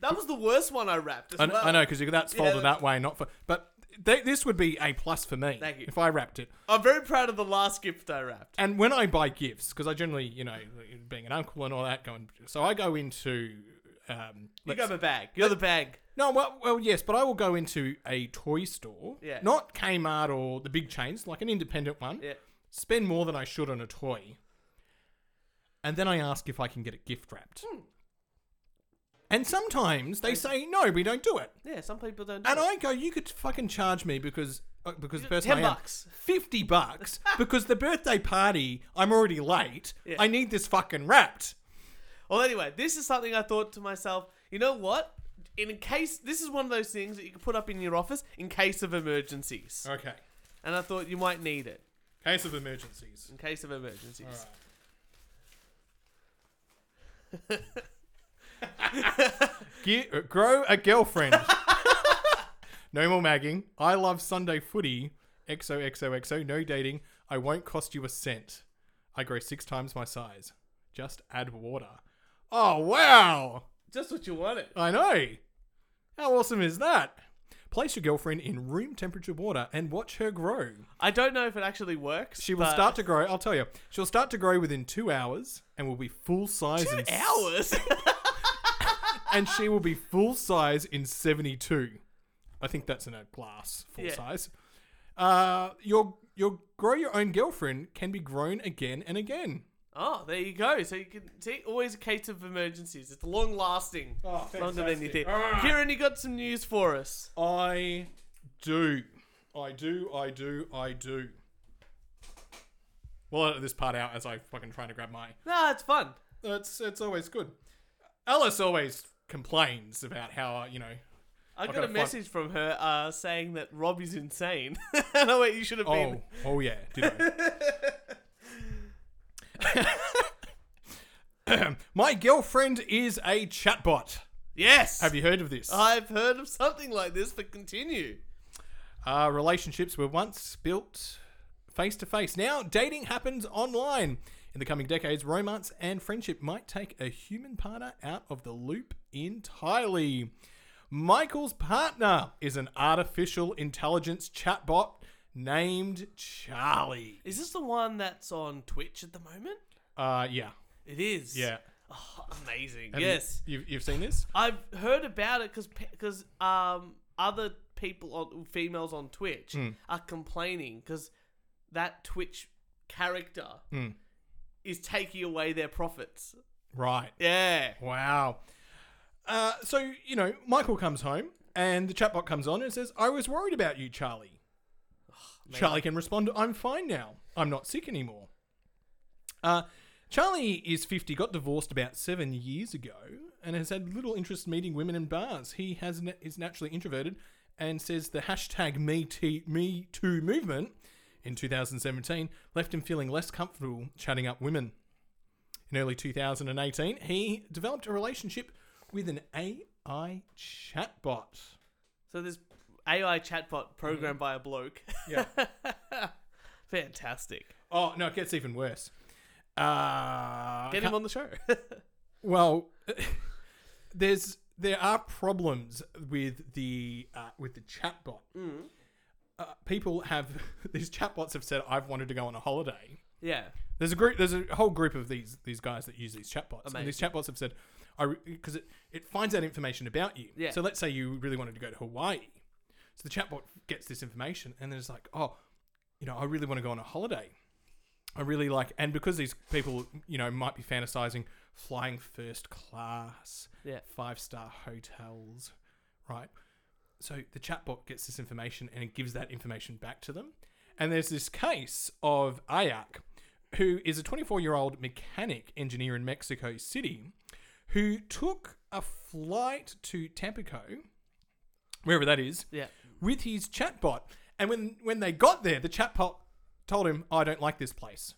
[SPEAKER 1] That was the worst one I wrapped. As
[SPEAKER 2] I,
[SPEAKER 1] well.
[SPEAKER 2] I know because that's
[SPEAKER 1] Yeah,
[SPEAKER 2] folded
[SPEAKER 1] that's-
[SPEAKER 2] that way, not for. But th- this would be a plus for me
[SPEAKER 1] Thank you.
[SPEAKER 2] if I wrapped it.
[SPEAKER 1] I'm very proud of the last gift I wrapped.
[SPEAKER 2] And when I buy gifts, because I generally, you know, being an uncle and all that, going so I go into. Um,
[SPEAKER 1] You
[SPEAKER 2] let's-
[SPEAKER 1] got the bag. You're the bag.
[SPEAKER 2] No, well, well, yes, but I will go into a toy store,
[SPEAKER 1] Yeah.
[SPEAKER 2] not Kmart or the big chains, like an independent one.
[SPEAKER 1] Yeah.
[SPEAKER 2] Spend more than I should on a toy, and then I ask if I can get it gift wrapped.
[SPEAKER 1] Hmm.
[SPEAKER 2] And sometimes they say no, we don't do it.
[SPEAKER 1] Yeah. Some people don't. Do
[SPEAKER 2] And
[SPEAKER 1] it.
[SPEAKER 2] I go, you could fucking charge me because uh, because the person
[SPEAKER 1] 10
[SPEAKER 2] I am,
[SPEAKER 1] bucks.
[SPEAKER 2] fifty bucks because the birthday party I'm already late.
[SPEAKER 1] Yeah.
[SPEAKER 2] I need this fucking wrapped.
[SPEAKER 1] Well, anyway, this is something I thought to myself. You know what? In case this is one of those things that you can put up in your office in case of emergencies,
[SPEAKER 2] Okay,
[SPEAKER 1] and I thought you might need it
[SPEAKER 2] case of emergencies.
[SPEAKER 1] in case of emergencies.
[SPEAKER 2] Ge- uh, grow a girlfriend. no more magging. I love Sunday footy. XOXOXO. No dating. I won't cost you a cent. I grow six times my size. Just add water. Oh wow!
[SPEAKER 1] Just what you wanted.
[SPEAKER 2] I know. How awesome is that? Place your girlfriend in room temperature water and watch her grow.
[SPEAKER 1] I don't know if it actually works.
[SPEAKER 2] She will
[SPEAKER 1] but-
[SPEAKER 2] start to grow. I'll tell you. She'll start to grow within two hours and will be full size.
[SPEAKER 1] two
[SPEAKER 2] in s-
[SPEAKER 1] hours.
[SPEAKER 2] And she will be full size in seventy-two. I think that's in a glass full
[SPEAKER 1] Yeah.
[SPEAKER 2] size. Uh, your your grow your own girlfriend can be grown again and again.
[SPEAKER 1] oh, there you go. So you can see always a case of emergencies. It's long lasting,
[SPEAKER 2] Oh,
[SPEAKER 1] longer than you
[SPEAKER 2] fantastic.
[SPEAKER 1] think.
[SPEAKER 2] Alright.
[SPEAKER 1] Kieran, you got some news for us.
[SPEAKER 2] I do. I do, I do, I do. Well, I'll edit this part out as I fucking trying to grab my.
[SPEAKER 1] No, it's fun.
[SPEAKER 2] That's it's always good. Alice always complains about how uh, you know.
[SPEAKER 1] I got
[SPEAKER 2] gotta
[SPEAKER 1] a
[SPEAKER 2] find-
[SPEAKER 1] message from her uh, saying that Rob is insane. and I went, you should have been.
[SPEAKER 2] Oh, oh yeah, did I? my girlfriend is a chatbot.
[SPEAKER 1] Yes.
[SPEAKER 2] Have you heard of this?
[SPEAKER 1] I've heard of something like this, but continue.
[SPEAKER 2] Uh, relationships were once built face to face. Now, dating happens online. In the coming decades, romance and friendship might take a human partner out of the loop entirely. Michael's partner is an artificial intelligence chatbot named Charlie.
[SPEAKER 1] Is this the one that's on Twitch at the moment?
[SPEAKER 2] Uh, yeah,
[SPEAKER 1] It is.
[SPEAKER 2] yeah.
[SPEAKER 1] Oh, amazing.
[SPEAKER 2] Have you-
[SPEAKER 1] yes.
[SPEAKER 2] you, you've seen this?
[SPEAKER 1] I've heard about it because because um other people on females on Twitch are complaining because that Twitch character
[SPEAKER 2] Mm.
[SPEAKER 1] is taking away their profits.
[SPEAKER 2] Right.
[SPEAKER 1] Yeah.
[SPEAKER 2] Wow. Uh, so, you know, Michael comes home and the chatbot comes on and says, I was worried about you, Charlie. Charlie can respond, I'm fine now. I'm not sick anymore. Uh, Charlie is 50, got divorced about seven years ago, and has had little interest meeting women in bars. He has na- is naturally introverted and says the hashtag Me, T- Me Too movement in 2017 left him feeling less comfortable chatting up women. In early 2018, he developed a relationship with an AI chatbot.
[SPEAKER 1] So this AI chatbot programmed by a bloke.
[SPEAKER 2] Yeah.
[SPEAKER 1] Fantastic.
[SPEAKER 2] oh, no, it gets even worse. Uh,
[SPEAKER 1] Get him on the show.
[SPEAKER 2] Well, there's there are problems with the uh, with the chatbot. Uh, people have these chatbots have said, "I've wanted to go on a holiday."
[SPEAKER 1] yeah.
[SPEAKER 2] There's a group. There's a whole group of these these guys that use these chatbots, and these
[SPEAKER 1] Amazing.
[SPEAKER 2] chatbots have said, "I," because it it finds out information about you.
[SPEAKER 1] Yeah.
[SPEAKER 2] So let's say you really wanted to go to Hawaii, so the chatbot gets this information, and then it's like, "Oh, you know, I really want to go on a holiday. I really like," and because these people, you know, might be fantasizing flying first class,
[SPEAKER 1] Yeah.
[SPEAKER 2] five star hotels, right? So the chatbot gets this information and it gives that information back to them. And there's this case of Ayak, who is a 24 year old mechanic engineer in Mexico City, who took a flight to Tampico, wherever that is,
[SPEAKER 1] Yeah.
[SPEAKER 2] with his chatbot. And when, when they got there, the chatbot told him, I don't like this place.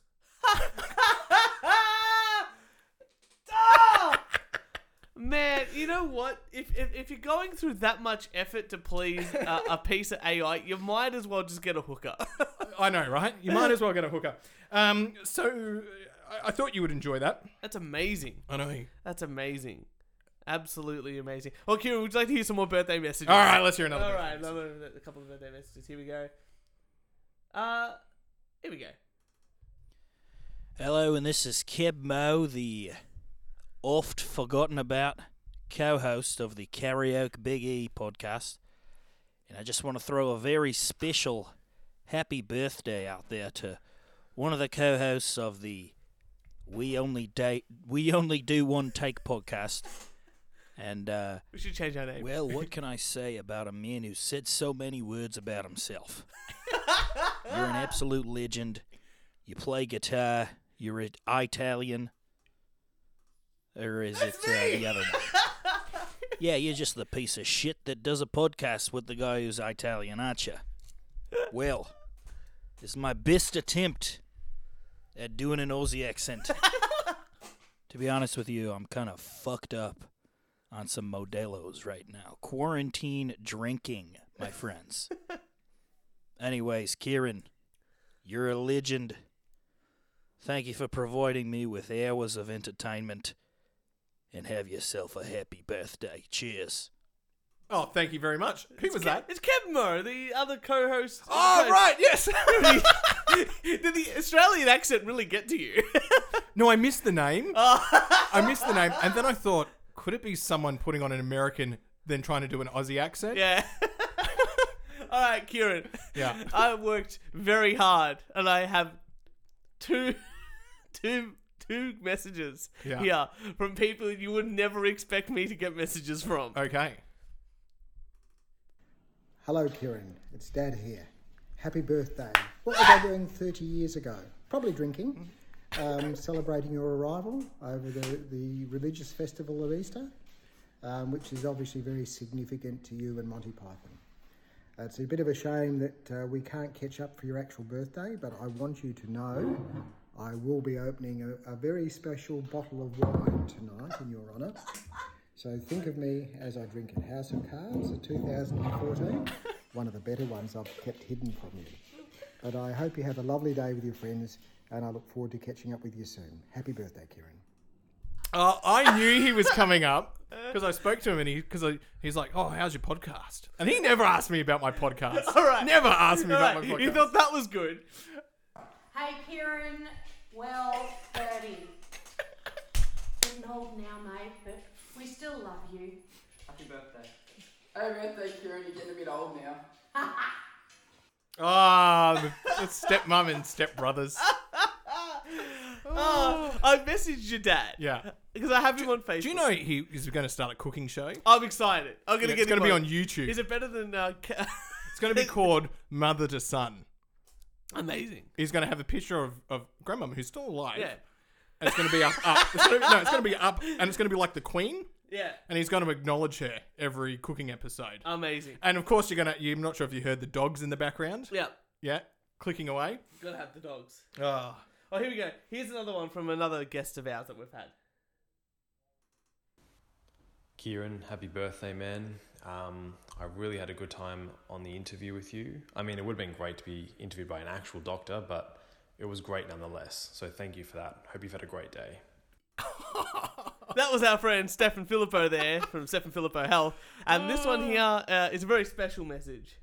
[SPEAKER 1] Ah! Man, you know what? If, if if you're going through that much effort to please a, a piece of AI, you might as well just get a hooker.
[SPEAKER 2] I know, right? You might as well get a hooker. Um, so I, I thought you would enjoy that.
[SPEAKER 1] That's amazing.
[SPEAKER 2] I know.
[SPEAKER 1] That's amazing. Absolutely amazing. Well, Kieran, would you like to hear some more birthday messages?
[SPEAKER 2] All right, let's hear another.
[SPEAKER 1] All
[SPEAKER 2] one.
[SPEAKER 1] right, another a couple of birthday messages. Here we go. Uh, here we go.
[SPEAKER 8] Hello, and this is Kib Mo, the oft forgotten about co host of the Karaoke Big E podcast. And I just want to throw a very special happy birthday out there to one of the co hosts of the We Only Date We Only Do One Take podcast. And uh,
[SPEAKER 1] We should change our name.
[SPEAKER 8] well, what can I say about a man who said so many words about himself? You're an absolute legend. You play guitar. You're it- Italian. Or is it uh, the other one? yeah, you're just the piece of shit that does a podcast with the guy who's Italian, aren't you? Well, it's my best attempt at doing an Aussie accent. to be honest with you, I'm kind of fucked up on some Modelo's right now. Quarantine drinking, my friends. Anyways, Kieran, you're a legend. Thank you for providing me with hours of entertainment. And have yourself a happy birthday. Cheers.
[SPEAKER 2] Oh, thank you very much. Who was that?
[SPEAKER 1] It's Kevmo, the other co-host.
[SPEAKER 2] Oh,
[SPEAKER 1] Okay.
[SPEAKER 2] right, yes.
[SPEAKER 1] Did the Australian accent really get to you?
[SPEAKER 2] no, I missed the name.
[SPEAKER 1] Oh.
[SPEAKER 2] I missed the name. And then I thought, could it be someone putting on an American then trying to do an Aussie accent?
[SPEAKER 1] yeah. All right, Kieran.
[SPEAKER 2] Yeah.
[SPEAKER 1] I worked very hard, and I have two, two, two messages
[SPEAKER 2] Yeah.
[SPEAKER 1] here from people you would never expect me to get messages from.
[SPEAKER 2] Okay.
[SPEAKER 9] Hello, Kieran. It's Dad here. Happy birthday. What was I doing 30 years ago? Probably drinking, um, celebrating your arrival over the, the religious festival of Easter, um, which is obviously very significant to you and Monty Python. Uh, It's a bit of a shame that uh, we can't catch up for your actual birthday, but I want you to know I will be opening a, a very special bottle of wine tonight in your honour. So think of me as I drink in House of Cards, the 2014, one of the better ones I've kept hidden from you. But I hope you have a lovely day with your friends, and I look forward to catching up with you soon. Happy birthday, Kieran.
[SPEAKER 2] Uh, I knew he was coming up because I spoke to him and he because he's like, "Oh, how's your podcast?" And he never asked me about my podcast.
[SPEAKER 1] All right.
[SPEAKER 2] never asked me
[SPEAKER 1] All
[SPEAKER 2] about
[SPEAKER 1] right,
[SPEAKER 2] my podcast.
[SPEAKER 1] you thought that was good.
[SPEAKER 10] Hey, Kieran. Well, 30. Getting old now, mate, but we still love you.
[SPEAKER 11] Happy birthday, Kieran. You're getting a bit old now.
[SPEAKER 2] Ah, the, the stepmom and stepbrothers.
[SPEAKER 1] Uh, I messaged your dad.
[SPEAKER 2] Yeah.
[SPEAKER 1] Because I have him on Facebook.
[SPEAKER 2] Do you know he is going to start a cooking show?
[SPEAKER 1] I'm excited. I'm gonna
[SPEAKER 2] Yeah,
[SPEAKER 1] get.
[SPEAKER 2] it's going
[SPEAKER 1] him
[SPEAKER 2] to be on YouTube.
[SPEAKER 1] Is it better than? Uh, ca-
[SPEAKER 2] It's going to be called Mother to Son.
[SPEAKER 1] amazing.
[SPEAKER 2] He's going to have a picture of, of grandmom who's still alive.
[SPEAKER 1] Yeah.
[SPEAKER 2] And it's going to be up, up. It's gonna, no, it's going to be up, and it's going to be like the Queen,
[SPEAKER 1] Yeah.
[SPEAKER 2] and he's going to acknowledge her every cooking episode.
[SPEAKER 1] Amazing.
[SPEAKER 2] and of course, you're going to. I'm not sure if you heard the dogs in the background.
[SPEAKER 1] Yeah.
[SPEAKER 2] Yeah, clicking away.
[SPEAKER 1] Gotta have the dogs.
[SPEAKER 2] Oh.
[SPEAKER 1] Oh, here we go. Here's another one from another guest of ours that we've had.
[SPEAKER 12] Kieran, happy birthday, man. Um, I really had a good time on the interview with you. I mean, it would have been great to be interviewed by an actual doctor, but it was great nonetheless. So thank you for that. Hope you've had a great day.
[SPEAKER 1] That was our friend Stefan Filippo there from Stefan Filippo Health, and this one here uh, is a very special message.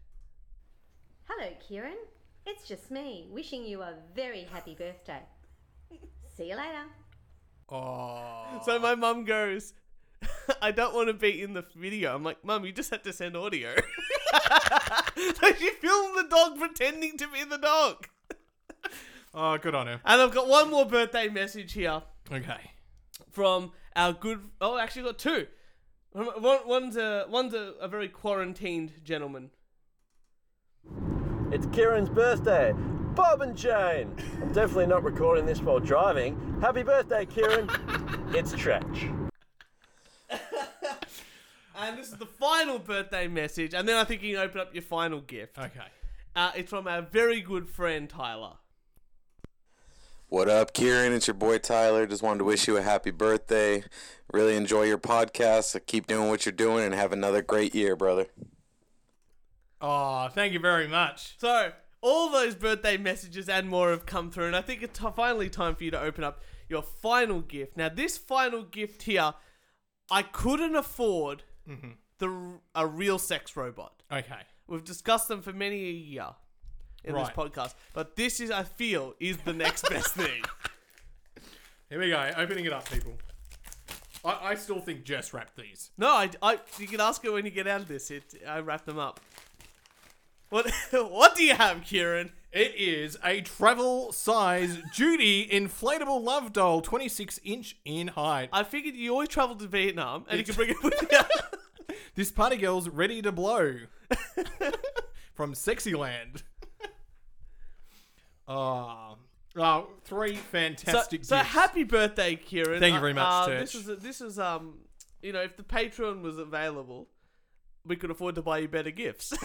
[SPEAKER 10] Hello, Kieran. It's just me, wishing you a very happy birthday. See you later.
[SPEAKER 2] Oh.
[SPEAKER 1] So my mum goes, "I don't want to be in the video." I'm like, "Mum, you just had to send audio." so she filmed the dog pretending to be the dog.
[SPEAKER 2] Oh, good on her.
[SPEAKER 1] And I've got one more birthday message here.
[SPEAKER 2] Okay.
[SPEAKER 1] from our good. Oh, actually, got two. One, one's a one's a, a very quarantined gentleman.
[SPEAKER 11] It's Kieran's birthday. Bob and Jane. I'm definitely not recording this while driving. Happy birthday, Kieran. it's Tretch.
[SPEAKER 1] And this is the final birthday message, and then I think you can open up your final gift.
[SPEAKER 2] Okay.
[SPEAKER 1] Uh, it's from our very good friend Tyler.
[SPEAKER 11] What up, Kieran? It's your boy Tyler. Just wanted to wish you a happy birthday. Really enjoy your podcast. So keep doing what you're doing and have another great year, brother.
[SPEAKER 2] Oh, thank you very much.
[SPEAKER 1] So all those birthday messages and more have come through, and I think it's t- finally time for you to open up your final gift. Now, this final gift here, I couldn't afford the r- a real sex robot.
[SPEAKER 2] Okay.
[SPEAKER 1] We've discussed them for many a year in this
[SPEAKER 2] Right.
[SPEAKER 1] podcast, but this is, I feel, is the next best thing.
[SPEAKER 2] Here we go. Opening it up, people. I, I still think Jess wrapped these.
[SPEAKER 1] No, I, I, you can ask her when you get out of this. It, I wrap them up. What, what do you have, Kieran?
[SPEAKER 2] It is a travel size Judy inflatable love doll, 26 inch in height.
[SPEAKER 1] I figured you always travel to Vietnam, and you can bring it with you.
[SPEAKER 2] This party girl's ready to blow from Sexyland. Ah, oh, three
[SPEAKER 1] so,
[SPEAKER 2] fantastic.
[SPEAKER 1] so
[SPEAKER 2] gifts.
[SPEAKER 1] happy birthday, Kieran.
[SPEAKER 2] Thank you very much,
[SPEAKER 1] uh,
[SPEAKER 2] Church.
[SPEAKER 1] This is this is um, you know, if the Patreon was available, we could afford to buy you better gifts.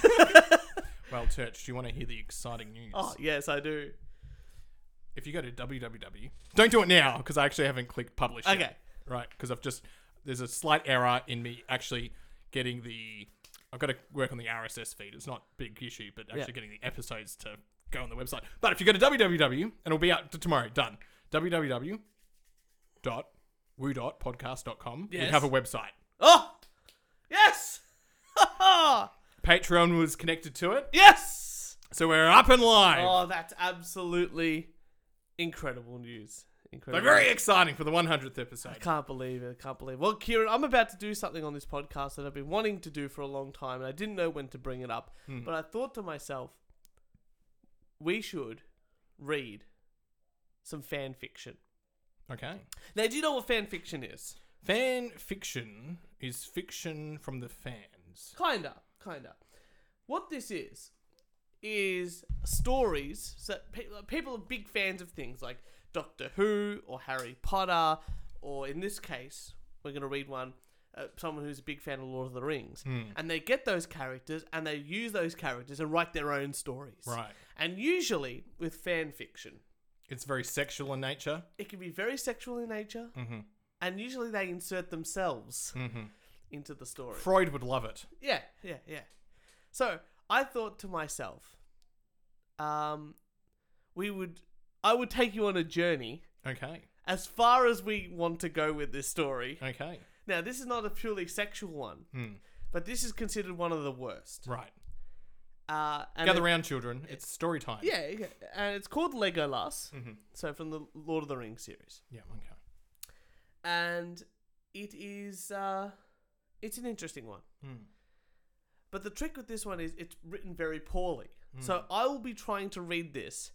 [SPEAKER 2] Well, Church, do you want to hear the exciting news?
[SPEAKER 1] oh yes, I do.
[SPEAKER 2] if you go to www don't do it now because i actually haven't clicked publish yet.
[SPEAKER 1] Okay.
[SPEAKER 2] right because i've just there's a slight error in me actually getting the i've got to work on the rss feed it's not a big issue but actually
[SPEAKER 1] Yeah.
[SPEAKER 2] getting the episodes to go on the website but if you go to www and it'll be out t- tomorrow done www dot woo dot podcast dot com we
[SPEAKER 1] Yes.
[SPEAKER 2] have a website
[SPEAKER 1] Oh, yes. Ah!
[SPEAKER 2] Patreon was connected to it.
[SPEAKER 1] Yes!
[SPEAKER 2] So we're up and live.
[SPEAKER 1] Oh, that's absolutely incredible news.
[SPEAKER 2] so
[SPEAKER 1] Incredible.
[SPEAKER 2] very exciting for the 100th episode.
[SPEAKER 1] I can't believe it. I can't believe it. Well, Kieran, I'm about to do something on this podcast that I've been wanting to do for a long time, and I didn't know when to bring it up.
[SPEAKER 2] Hmm.
[SPEAKER 1] But I thought to myself, we should read some fan fiction.
[SPEAKER 2] Okay.
[SPEAKER 1] Now, do you know what fan fiction is?
[SPEAKER 2] Fan fiction is fiction from the fans.
[SPEAKER 1] Kinda, kinda. What this is is stories that pe- people are big fans of things like Doctor Who or Harry Potter, or in this case, we're gonna read one. Uh, someone who's a big fan of Lord of the Rings,
[SPEAKER 2] Hmm.
[SPEAKER 1] and they get those characters and they use those characters and write their own stories.
[SPEAKER 2] Right.
[SPEAKER 1] And usually with fan fiction,
[SPEAKER 2] It's very sexual in nature.
[SPEAKER 1] it can be very sexual in nature,
[SPEAKER 2] Mhm.
[SPEAKER 1] and usually they insert themselves
[SPEAKER 2] Mhm.
[SPEAKER 1] into the story.
[SPEAKER 2] Freud would love it.
[SPEAKER 1] Yeah, yeah, yeah. So I thought to myself, um, we would, I would take you on a journey
[SPEAKER 2] Okay.
[SPEAKER 1] as far as we want to go with this story.
[SPEAKER 2] Okay.
[SPEAKER 1] Now, this is not a purely sexual one,
[SPEAKER 2] Hmm.
[SPEAKER 1] but this is considered one of the worst.
[SPEAKER 2] Right.
[SPEAKER 1] Uh, and
[SPEAKER 2] Gather
[SPEAKER 1] it-
[SPEAKER 2] round, children. It's story time.
[SPEAKER 1] Yeah, yeah, and it's called Legolas.
[SPEAKER 2] Mhm.
[SPEAKER 1] So from the Lord of the Rings series,
[SPEAKER 2] Yeah. Okay.
[SPEAKER 1] and it is, uh, it's an interesting one.
[SPEAKER 2] Hmm.
[SPEAKER 1] Mm. But the trick with this one is it's written very poorly. So I will be trying to read this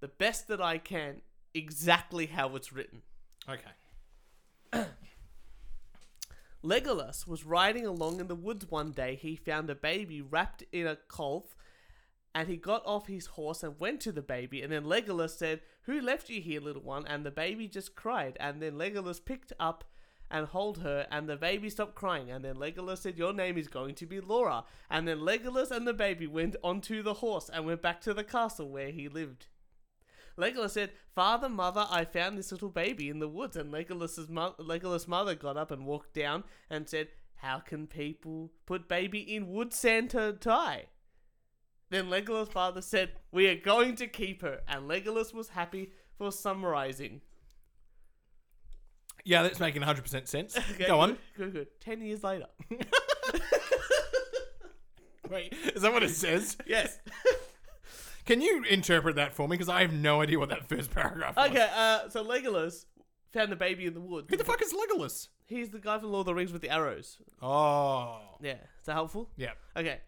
[SPEAKER 1] the best that I can, exactly how it's written.
[SPEAKER 2] Okay.
[SPEAKER 1] Legolas was riding along in the woods one day. He found a baby wrapped in a colth, and he got off his horse and went to the baby. And then Legolas said, Who left you here, little one? And the baby just cried. And then Legolas picked up and hold her, and the baby stopped crying. And then Legolas said, Your name is going to be Laura. And then Legolas and the baby went onto the horse and went back to the castle where he lived. Legolas said, "Father, mother, I found this little baby in the woods." And Legolas's mo- Legolas' mother got up and walked down and said, "How can people put baby in wood sand to tie?" Then Legolas' father said, "We are going to keep her." And Legolas was happy for summarizing.
[SPEAKER 2] Yeah, that's making 100% sense.
[SPEAKER 1] Okay,
[SPEAKER 2] Go on.
[SPEAKER 1] Good, good. good. Ten years later.
[SPEAKER 2] Wait, is that what it says?
[SPEAKER 1] yes.
[SPEAKER 2] Can you interpret that for me? Because I have no idea what that first paragraph was.
[SPEAKER 1] Okay. Uh, so Legolas found a baby in the woods.
[SPEAKER 2] Who the fuck is Legolas?
[SPEAKER 1] He's the guy from Lord of the Rings with the arrows.
[SPEAKER 2] Oh.
[SPEAKER 1] Yeah. Is that helpful?
[SPEAKER 2] Yeah.
[SPEAKER 1] Okay.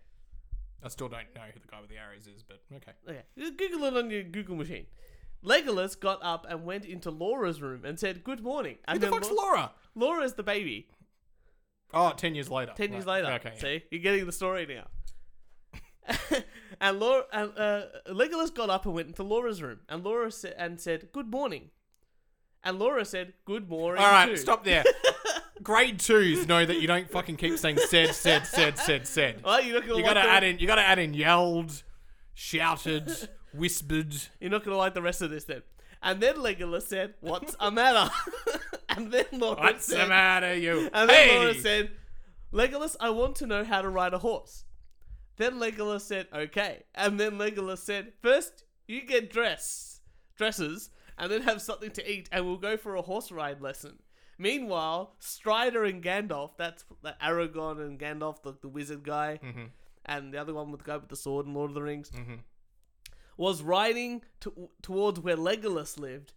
[SPEAKER 2] I still don't know who the guy with the arrows is, but okay.
[SPEAKER 1] Okay, you Google it on your Google machine. Legolas got up and went into Laura's room and said, "Good morning." And
[SPEAKER 2] Who the
[SPEAKER 1] then
[SPEAKER 2] fuck's
[SPEAKER 1] Lau-
[SPEAKER 2] Laura?
[SPEAKER 1] Laura's the baby.
[SPEAKER 2] Oh, 10 years later.
[SPEAKER 1] Ten years
[SPEAKER 2] Right.
[SPEAKER 1] later.
[SPEAKER 2] Okay.
[SPEAKER 1] See, you're getting the story now. and Laura and uh, Legolas got up and went into Laura's room, and Laura sa- and said, "Good morning." And Laura said, "Good morning."
[SPEAKER 2] All right,
[SPEAKER 1] too."
[SPEAKER 2] stop there. Grade twos know that you don't fucking keep saying said, said, said, said, said.
[SPEAKER 1] Well, you're not gonna
[SPEAKER 2] You
[SPEAKER 1] like
[SPEAKER 2] gotta
[SPEAKER 1] the-
[SPEAKER 2] add in. You gotta add in yelled, shouted, whispered.
[SPEAKER 1] You're not gonna like the rest of this then. And then Legolas said, "What's a matter?" and then Laura
[SPEAKER 2] What's
[SPEAKER 1] said,
[SPEAKER 2] the matter, you?
[SPEAKER 1] And then
[SPEAKER 2] Hey!
[SPEAKER 1] Laura said, Legolas, I want to know how to ride a horse. Then Legolas said, okay. And then Legolas said, first, you get dress, dresses, and then have something to eat, and we'll go for a horse ride lesson. Meanwhile, Strider and Gandalf, that's the Aragorn and Gandalf, the, the wizard guy,
[SPEAKER 2] Mhm.
[SPEAKER 1] and the other one with the guy with the sword in Lord of the Rings, was riding to, towards where Legolas lived,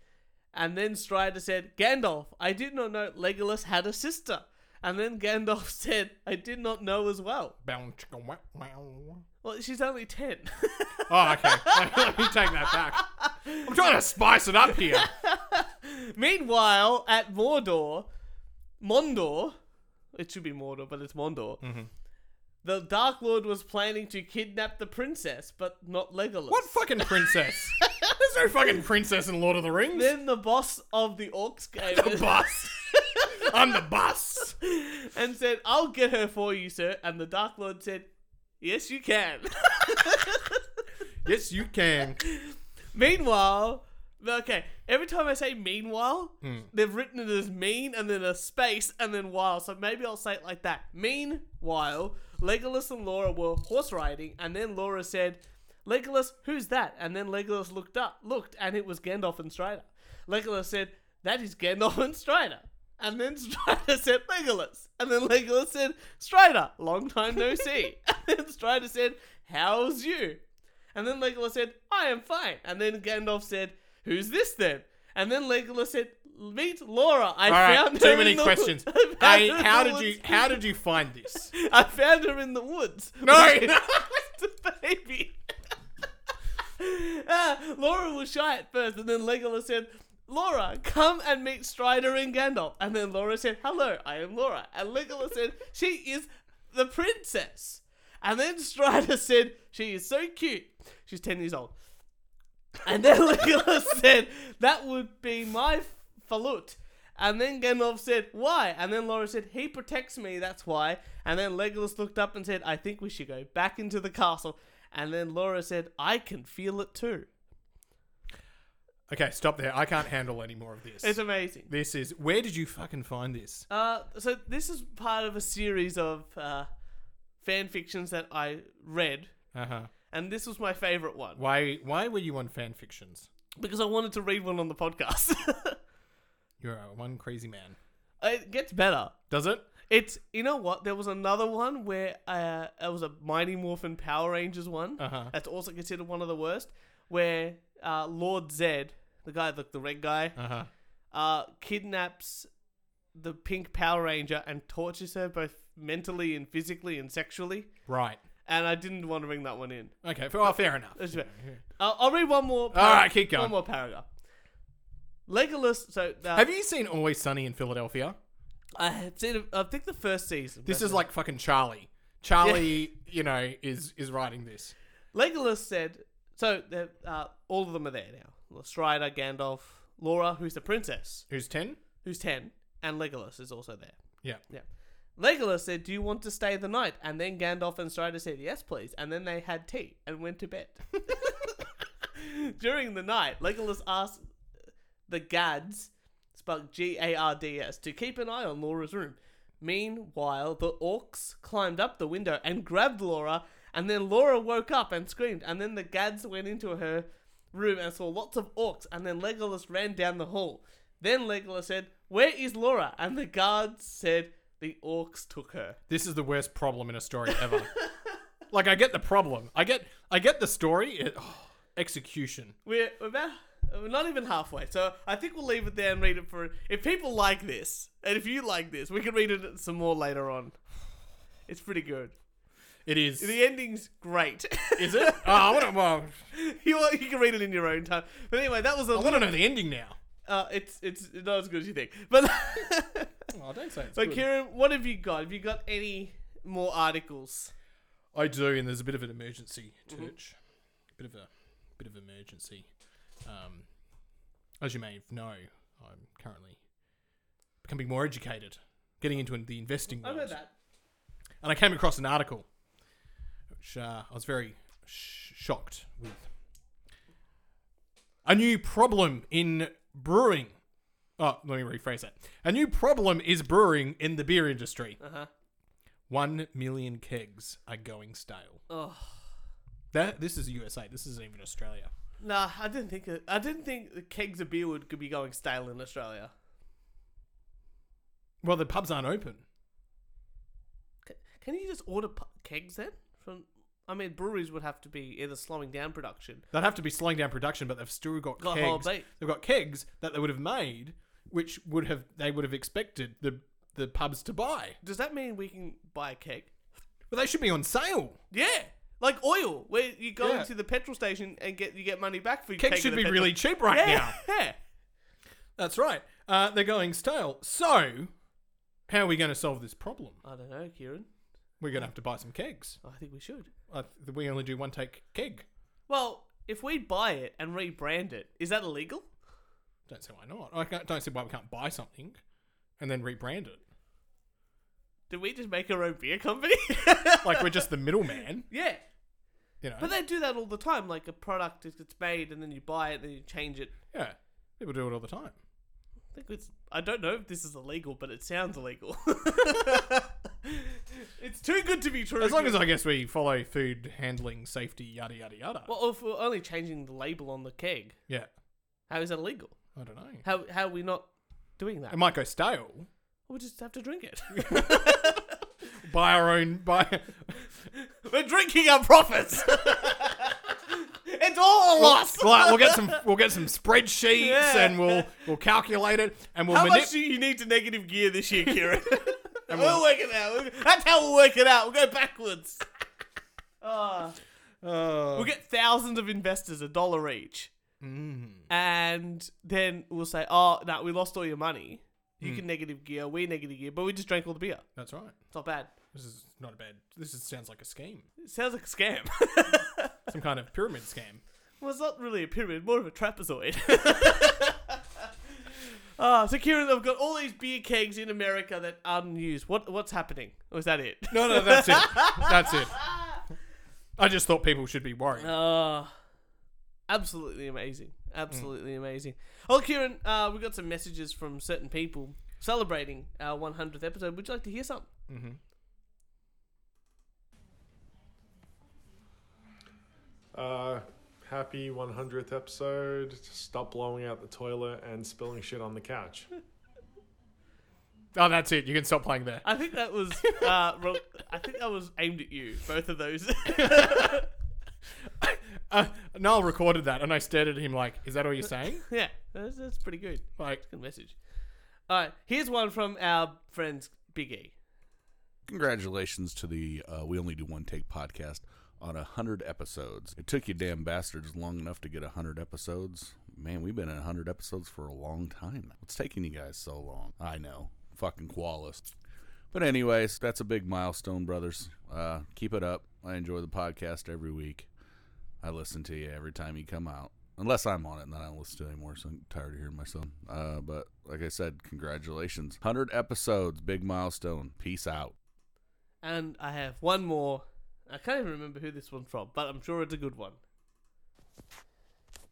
[SPEAKER 1] and then Strider said, Gandalf, I did not know Legolas had a sister. And then Gandalf said, I did not know as well.
[SPEAKER 2] Bow, chicka, wow, wow.
[SPEAKER 1] Well, she's only 10.
[SPEAKER 2] Oh, okay. Let me take that back. I'm trying to spice it up here.
[SPEAKER 1] Meanwhile, at Mordor, Mondor, it should be Mordor, but it's Mondor, the Dark Lord was planning to kidnap the princess, but not Legolas.
[SPEAKER 2] What fucking princess? There's no fucking princess in Lord of the Rings.
[SPEAKER 1] Then the boss of the Orcs came
[SPEAKER 2] The
[SPEAKER 1] in
[SPEAKER 2] bus. I'm the bus.
[SPEAKER 1] and said, I'll get her for you, sir. And the Dark Lord said, Yes, you can.
[SPEAKER 2] Yes, you can.
[SPEAKER 1] Meanwhile, okay. Every time I say meanwhile,
[SPEAKER 2] Hmm.
[SPEAKER 1] they've written it as mean and then a space and then while. So maybe I'll say it like that. Meanwhile, Legolas and Laura were horse riding, and then Laura said, "Legolas, who's that?" And then Legolas looked up, looked, and it was Gandalf and Strider. Legolas said, "That is Gandalf and Strider." And then Strider said Legolas. And then Legolas said, Strider, long time no see. and then Strider said, How's you? And then Legolas said, I am fine. And then Gandalf said, Who's this then? And then Legolas said, Meet Laura. I
[SPEAKER 2] All right,
[SPEAKER 1] found her
[SPEAKER 2] too
[SPEAKER 1] in
[SPEAKER 2] many
[SPEAKER 1] the
[SPEAKER 2] questions.
[SPEAKER 1] woods." I found
[SPEAKER 2] hey,
[SPEAKER 1] her in
[SPEAKER 2] how
[SPEAKER 1] the
[SPEAKER 2] did you
[SPEAKER 1] woods.
[SPEAKER 2] how did you find this?
[SPEAKER 1] I found her in the woods.
[SPEAKER 2] No,
[SPEAKER 1] With-
[SPEAKER 2] no.
[SPEAKER 1] with the baby. ah, Laura was shy at first, and then Legolas said, Laura, come and meet Strider and Gandalf. And then Laura said, Hello, I am Laura. And Legolas said, She is the princess. And then Strider said, She is so cute. She's 10 years old. And then Legolas said, That would be my falut. And then Gandalf said, Why? And then Laura said, He protects me, that's why. And then Legolas looked up and said, I think we should go back into the castle. And then Laura said, I can feel it too.
[SPEAKER 2] Okay, stop there. I can't handle any more of this.
[SPEAKER 1] It's amazing.
[SPEAKER 2] This is where did you fucking find this?
[SPEAKER 1] Uh, so this is part of a series of uh, fan fictions that I read.
[SPEAKER 2] Uh-huh.
[SPEAKER 1] And this was my favorite one.
[SPEAKER 2] Why why were you on fan fictions?
[SPEAKER 1] Because I wanted to read one on the podcast.
[SPEAKER 2] You're a one crazy man.
[SPEAKER 1] it gets better.
[SPEAKER 2] Does it?
[SPEAKER 1] It's you know what? There was another one where uh, it was a Mighty Morphin Power Rangers one.
[SPEAKER 2] Uh-huh.
[SPEAKER 1] That's also considered one of the worst. Where uh, Lord Zed, the guy, the, the red guy,
[SPEAKER 2] Uh-huh.
[SPEAKER 1] uh, kidnaps the pink Power Ranger and tortures her both mentally and physically and sexually.
[SPEAKER 2] Right.
[SPEAKER 1] And I didn't want to bring that one in.
[SPEAKER 2] Okay, fair- well, fair enough.
[SPEAKER 1] That's fair. I'll, I'll read one more.
[SPEAKER 2] All right, keep
[SPEAKER 1] One
[SPEAKER 2] going.
[SPEAKER 1] more paragraph. Legolas. So uh,
[SPEAKER 2] Have you seen Always Sunny in Philadelphia?
[SPEAKER 1] I have seen. I think the first season.
[SPEAKER 2] This
[SPEAKER 1] but-
[SPEAKER 2] is like fucking Charlie. Charlie, you know, is is writing this.
[SPEAKER 1] Legolas said, so they're, uh, all of them are there now. Strider, Gandalf, Laura, who's the princess.
[SPEAKER 2] Who's 10?
[SPEAKER 1] Who's 10, and Legolas is also there.
[SPEAKER 2] Yeah.
[SPEAKER 1] Yeah. Legolas said, do you want to stay the night? And then Gandalf and Strider said, yes, please. And then they had tea and went to bed. During the night, Legolas asked the Gads, spelled G A R D S, to keep an eye on Laura's room. Meanwhile, the orcs climbed up the window and grabbed Laura, and then Laura woke up and screamed, and then the Gads went into her room and saw lots of orcs, and then Legolas ran down the hall. Then Legolas said, Where is Laura? And the guards said, The orcs took her.
[SPEAKER 2] This is the worst problem in a story ever. like I get the problem. I get I get the story. It, oh, execution.
[SPEAKER 1] We're we're about we're not even halfway, so I think we'll leave it there and read it for. If people like this, and if you like this, we can read it some more later on. It's pretty good.
[SPEAKER 2] It is.
[SPEAKER 1] The ending's great.
[SPEAKER 2] Is it? Oh, I want to. Well,
[SPEAKER 1] you want- you can read it in your own time. But anyway, that was a.
[SPEAKER 2] I want to know the ending now.
[SPEAKER 1] Uh, it's it's not as good as you think. But
[SPEAKER 2] Oh, don't say it's
[SPEAKER 1] so,
[SPEAKER 2] good.
[SPEAKER 1] Kieran, what have you got? Have you got any more articles?
[SPEAKER 2] I do, and there's a bit of an emergency, Church. Bit of a bit of emergency. Um, as you may know, I'm currently becoming more educated, getting into the investing
[SPEAKER 1] I
[SPEAKER 2] world.
[SPEAKER 1] know that.
[SPEAKER 2] and I came across an article, which uh, I was very sh- shocked with. A new problem in brewing. Oh, let me rephrase that. A new problem is brewing in the beer industry.
[SPEAKER 1] Uh-huh.
[SPEAKER 2] One million kegs are going stale.
[SPEAKER 1] Oh.
[SPEAKER 2] That this is USA. This isn't even Australia.
[SPEAKER 1] Nah, I didn't think it, I didn't think the kegs of beer would could be going stale in Australia.
[SPEAKER 2] Well, the pubs aren't open.
[SPEAKER 1] C- Can you just order pu- kegs then? From I mean, breweries would have to be either slowing down production.
[SPEAKER 2] They'd have to be slowing down production, but they've still got,
[SPEAKER 1] Got whole
[SPEAKER 2] kegs.
[SPEAKER 1] beats.
[SPEAKER 2] They've got kegs that they would have made, which would have they would have expected the the pubs to buy.
[SPEAKER 1] Does that mean we can buy a keg?
[SPEAKER 2] But they should be on sale.
[SPEAKER 1] Yeah, like oil, where you go
[SPEAKER 2] Yeah.
[SPEAKER 1] to the petrol station and get you get money back for your
[SPEAKER 2] Kegs
[SPEAKER 1] keg of
[SPEAKER 2] should
[SPEAKER 1] the
[SPEAKER 2] be
[SPEAKER 1] petrol.
[SPEAKER 2] really cheap right
[SPEAKER 1] yeah. Yeah.
[SPEAKER 2] That's right. Uh, they're going stale. So, how are we going to solve this problem?
[SPEAKER 1] I don't know, Kieran.
[SPEAKER 2] We're going to have to buy some kegs.
[SPEAKER 1] I think we should.
[SPEAKER 2] Uh, we only do one take keg.
[SPEAKER 1] Well, if we buy it and rebrand it, is that illegal?
[SPEAKER 2] Don't see why not. I can't, don't see why we can't buy something and then rebrand it.
[SPEAKER 1] Did we just make our own beer company?
[SPEAKER 2] Like we're just the middleman,
[SPEAKER 1] yeah.
[SPEAKER 2] you know.
[SPEAKER 1] But they do that all the time. Like a product is it's made and then you buy it and then you change it.
[SPEAKER 2] yeah, people do it all the time.
[SPEAKER 1] I think it's. I don't know if this is illegal, but it sounds illegal. it's too good to be true.
[SPEAKER 2] As long as I guess we follow food handling safety, yada yada yada.
[SPEAKER 1] Well, if we're only changing the label on the keg,
[SPEAKER 2] yeah,
[SPEAKER 1] how is that illegal?
[SPEAKER 2] I don't know.
[SPEAKER 1] How how are we not doing that.
[SPEAKER 2] It might go stale.
[SPEAKER 1] We'll just have to drink it.
[SPEAKER 2] Buy our own. Buy.
[SPEAKER 1] We're drinking our profits. it's all a loss.
[SPEAKER 2] We'll, we'll get some. We'll get some spreadsheets
[SPEAKER 1] Yeah.
[SPEAKER 2] and we'll we'll calculate it and we'll
[SPEAKER 1] How
[SPEAKER 2] manip-
[SPEAKER 1] much do you need to negative gear this year, Kieran? we'll work it out. That's how we'll work it out. We'll go backwards. Ah.
[SPEAKER 2] Oh.
[SPEAKER 1] We'll get thousands of investors, a dollar each. And then we'll say, oh, no, we lost all your money. You
[SPEAKER 2] Mm.
[SPEAKER 1] can negative gear, we negative gear, but we just drank all the beer.
[SPEAKER 2] That's right.
[SPEAKER 1] It's not bad.
[SPEAKER 2] This is not a bad. This is, sounds like a scheme.
[SPEAKER 1] It sounds like a scam.
[SPEAKER 2] Some kind of pyramid scam.
[SPEAKER 1] well, it's not really a pyramid, more of a trapezoid. Ah, so Kieran, I've got all these beer kegs in America that aren't used. What what's happening? Or is that it?
[SPEAKER 2] No, no, that's it. That's it. I just thought people should be worried.
[SPEAKER 1] Uh, absolutely amazing. Absolutely amazing. Oh, Kieran, uh, we got some messages from certain people celebrating our 100th episode. Would you like to hear some?
[SPEAKER 2] Mm-hmm.
[SPEAKER 13] Uh, happy 100th episode. Stop blowing out the toilet and spilling shit on the couch.
[SPEAKER 2] Oh, that's it. You can stop playing there.
[SPEAKER 1] I think that was. Uh, re- I think that was aimed at you. Both of those.
[SPEAKER 2] Uh, Niall recorded that, and I stared at him like, "Is that all you're saying?"
[SPEAKER 1] yeah, that's, that's pretty good.
[SPEAKER 2] Like,
[SPEAKER 1] good message. All right, here's one from our friends Big E.
[SPEAKER 5] Congratulations to the uh, We Only Do One Take podcast on 100 episodes. It took you damn bastards long enough to get 100 episodes. Man, we've been at 100 episodes for a long time. What's taking you guys so long? I know. Fucking Qualis. But, anyways, that's a big milestone, brothers. Uh, keep it up. I enjoy the podcast every week. I listen to you every time you come out. Unless I'm on it, and then I don't listen to it anymore, so I'm tired of hearing myself. Uh, but like I said, congratulations. 100 episodes, big milestone. Peace out.
[SPEAKER 1] And I have one more. I can't even remember who this one's from, but I'm sure it's a good one.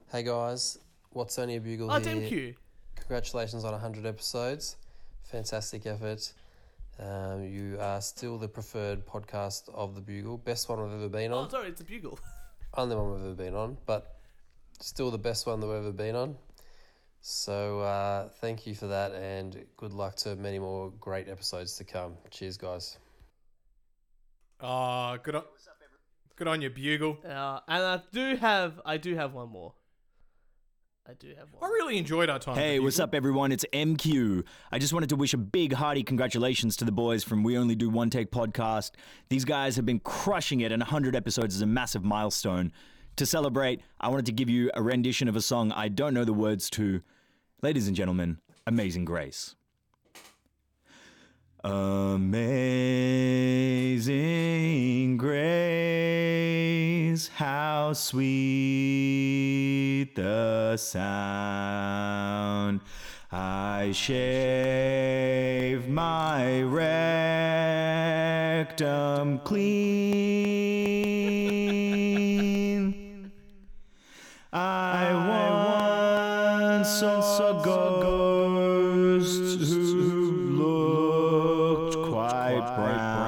[SPEAKER 14] Hey guys, what's only a bugle
[SPEAKER 1] Oh, it's
[SPEAKER 14] here.
[SPEAKER 1] MQ.
[SPEAKER 14] Congratulations on 100 episodes. Fantastic effort. Um, you are still the preferred podcast of the bugle. Best one I've ever been on.
[SPEAKER 1] Oh, sorry, it's a bugle.
[SPEAKER 14] Only one we've ever been on, but still the best one that we've ever been on. So uh, thank you for that, and good luck to many more great episodes to come. Cheers, guys.
[SPEAKER 2] Ah, good on, good on your bugle.
[SPEAKER 1] Uh, and I do have, I do have one more. I do have one.
[SPEAKER 2] I really enjoyed our time.
[SPEAKER 15] Hey, what's up, everyone? It's MQ. I just wanted to wish a big hearty congratulations to the boys from We Only Do One Take podcast. These guys have been crushing it, and 100 episodes is a massive milestone. To celebrate, I wanted to give you a rendition of a song I don't know the words to. Ladies and gentlemen, Amazing Grace. Amazing grace, how sweet the sound. I shave my rectum clean. I once saw a ghost who looked quite brown.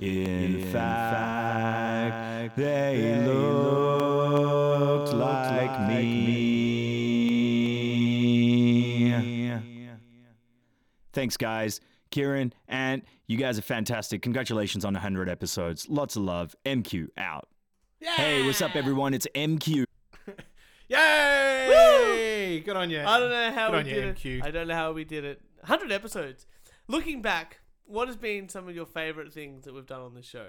[SPEAKER 15] In fact, they looked like me. Thanks, guys. Kieran, and you guys are fantastic. Congratulations on 100 episodes. Lots of love. MQ out. Hey, what's up, everyone? It's MQ.
[SPEAKER 2] Yay! Good on you.
[SPEAKER 1] I don't know how
[SPEAKER 2] Good
[SPEAKER 1] we
[SPEAKER 2] on you,
[SPEAKER 1] did
[SPEAKER 2] MQ.
[SPEAKER 1] it. I don't know how we did it. 100 episodes. Looking back, what has been some of your favorite things that we've done on the show?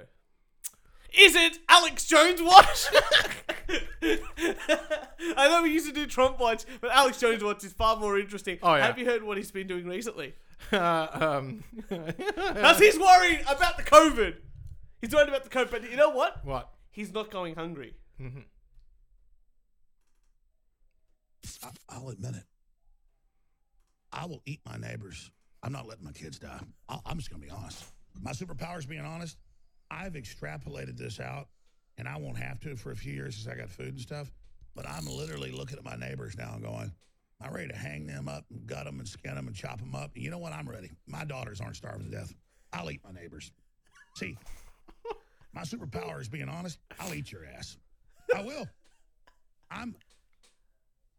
[SPEAKER 1] Is it Alex Jones watch? I know we used to do Trump watch, but Alex Jones watch is far more interesting.
[SPEAKER 2] Oh, yeah.
[SPEAKER 1] Have you heard what he's been doing recently?
[SPEAKER 2] Uh, um,
[SPEAKER 1] Because he's worried about the COVID. He's worried about the COVID, but you know what?
[SPEAKER 2] What?
[SPEAKER 1] He's not going hungry.
[SPEAKER 16] I'll admit it. I will eat my neighbors. I'm not letting my kids die. I- I'm just going to be honest. My superpower is being honest. I've extrapolated this out, and I won't have to for a few years since I got food and stuff. But I'm literally looking at my neighbors now and going, I'm ready to hang them up and gut them and skin them and chop them up. You know what? I'm ready. My daughters aren't starving to death. I'll eat my neighbors. See, my superpower is being honest. I'll eat your ass. I will. I'm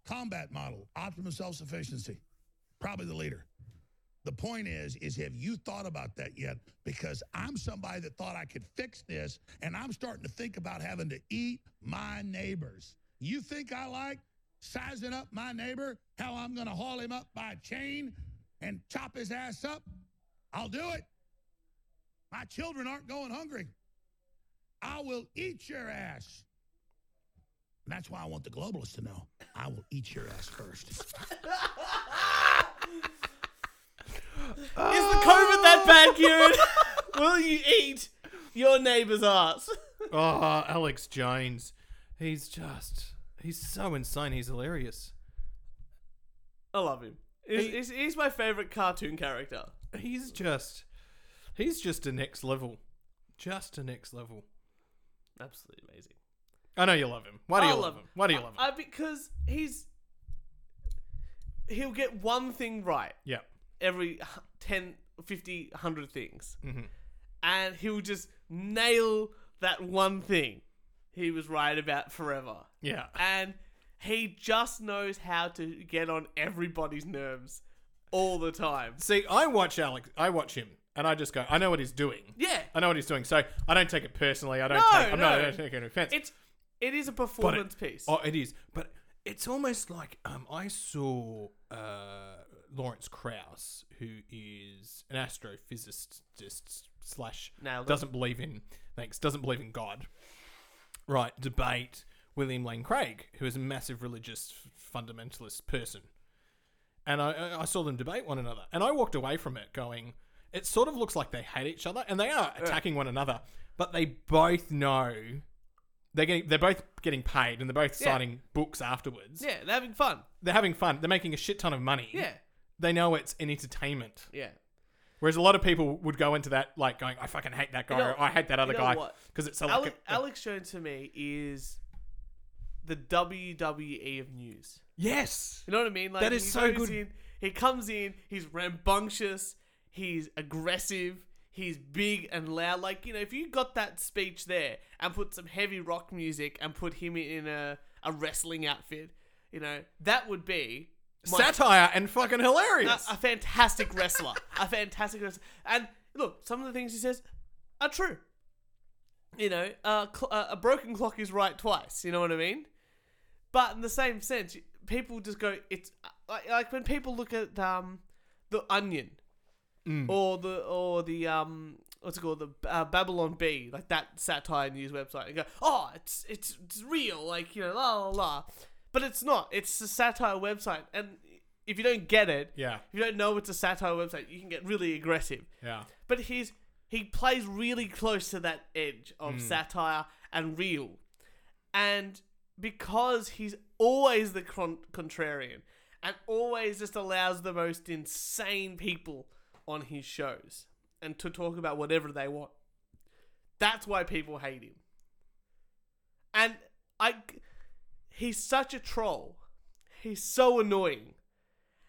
[SPEAKER 16] combat model, optimum self sufficiency. probably the leader. The point is, is have you thought about that yet? Because I'm somebody that thought I could fix this, and I'm starting to think about having to eat my neighbors. You think I like sizing up my neighbor, how I'm going to haul him up by a chain and chop his ass up? I'll do it. My children aren't going hungry. I will eat your ass. And that's why I want the globalists to know I will eat your ass first.
[SPEAKER 1] Is the COVID that bad, Kieran? Will you eat your neighbor's ass?
[SPEAKER 2] Oh, Alex Jones. He's just. He's so insane. He's hilarious.
[SPEAKER 1] I love him. He's, he's, he's my favorite cartoon character.
[SPEAKER 2] He's just. He's just a next level. Just a next level.
[SPEAKER 1] Absolutely amazing.
[SPEAKER 2] I know you love him. Why do
[SPEAKER 1] I
[SPEAKER 2] you love, him? Why do you
[SPEAKER 1] I-
[SPEAKER 2] love him?
[SPEAKER 1] I, because he's he'll get one thing right.
[SPEAKER 2] Yeah.
[SPEAKER 1] Every h- 10, 50, 100 things.
[SPEAKER 2] Mhm.
[SPEAKER 1] And he'll just nail that one thing he was right about forever.
[SPEAKER 2] Yeah.
[SPEAKER 1] And he just knows how to get on everybody's nerves all the time.
[SPEAKER 2] See, I watch Alex. I watch him, and I just go, I know what he's doing.
[SPEAKER 1] Yeah.
[SPEAKER 2] I know what he's doing. So I don't take it personally. I don't.
[SPEAKER 1] No,
[SPEAKER 2] take, I'm not. I
[SPEAKER 1] no.
[SPEAKER 2] don't take any offense.
[SPEAKER 1] It's it is a
[SPEAKER 2] But it-
[SPEAKER 1] performance piece.
[SPEAKER 2] Oh, it is. But it's almost like um, I saw uh, Lawrence Krauss, who is an astrophysicist just slash
[SPEAKER 1] Nailed it.
[SPEAKER 2] doesn't believe in thanks doesn't believe in God. Right, debate William Lane Craig, who is a massive religious fundamentalist person, and I- I, I saw them debate one another, and I walked away from it going, it sort of looks like they hate each other, and they are attacking one another, but they both know they're getting they're both getting paid, and they're both
[SPEAKER 1] Yeah.
[SPEAKER 2] signing books afterwards.
[SPEAKER 1] Yeah, they're having fun.
[SPEAKER 2] They're having fun. They're making a shit ton of money.
[SPEAKER 1] Yeah.
[SPEAKER 2] They know it's an entertainment.
[SPEAKER 1] Yeah.
[SPEAKER 2] Whereas a lot of people would go into that like going, I fucking hate that guy,
[SPEAKER 1] You know-
[SPEAKER 2] or I hate that other
[SPEAKER 1] you know
[SPEAKER 2] guy,
[SPEAKER 1] what?
[SPEAKER 2] because it's a,
[SPEAKER 1] Ale-
[SPEAKER 2] like a-
[SPEAKER 1] Alex Jones to me is the WWE of news.
[SPEAKER 2] yes,
[SPEAKER 1] You know what I mean? Like
[SPEAKER 2] That is
[SPEAKER 1] he
[SPEAKER 2] so
[SPEAKER 1] goes
[SPEAKER 2] good.
[SPEAKER 1] In, he comes in. He's rambunctious. He's aggressive. He's big and loud. Like you know, if you got that speech there and put some heavy rock music and put him in a a wrestling outfit, you know, that would be my- Uh,
[SPEAKER 2] satire and fucking hilarious.
[SPEAKER 1] a, a fantastic wrestler. a fantastic wrestler. And look, some of the things he says are true. You know, uh, cl- uh, a broken clock is right twice. You know what I mean? But in the same sense, people just go. It's uh, like, like when people look at um, the Onion,
[SPEAKER 4] Mm.
[SPEAKER 1] or the or the um, what's it called, the uh, Babylon Bee, like that satire news website, and go, oh, it's it's it's real, like you know, la la la. But it's not. It's a satire website, and if you don't get it,
[SPEAKER 2] Yeah.
[SPEAKER 1] if you don't know it's a satire website, you can get really aggressive.
[SPEAKER 2] Yeah.
[SPEAKER 1] But he's he plays really close to that edge of
[SPEAKER 2] Mm.
[SPEAKER 1] satire and real. And because he's always the con- contrarian and always just allows the most insane people on his shows and to talk about whatever they want. That's why people hate him. And I he's such a troll. He's so annoying.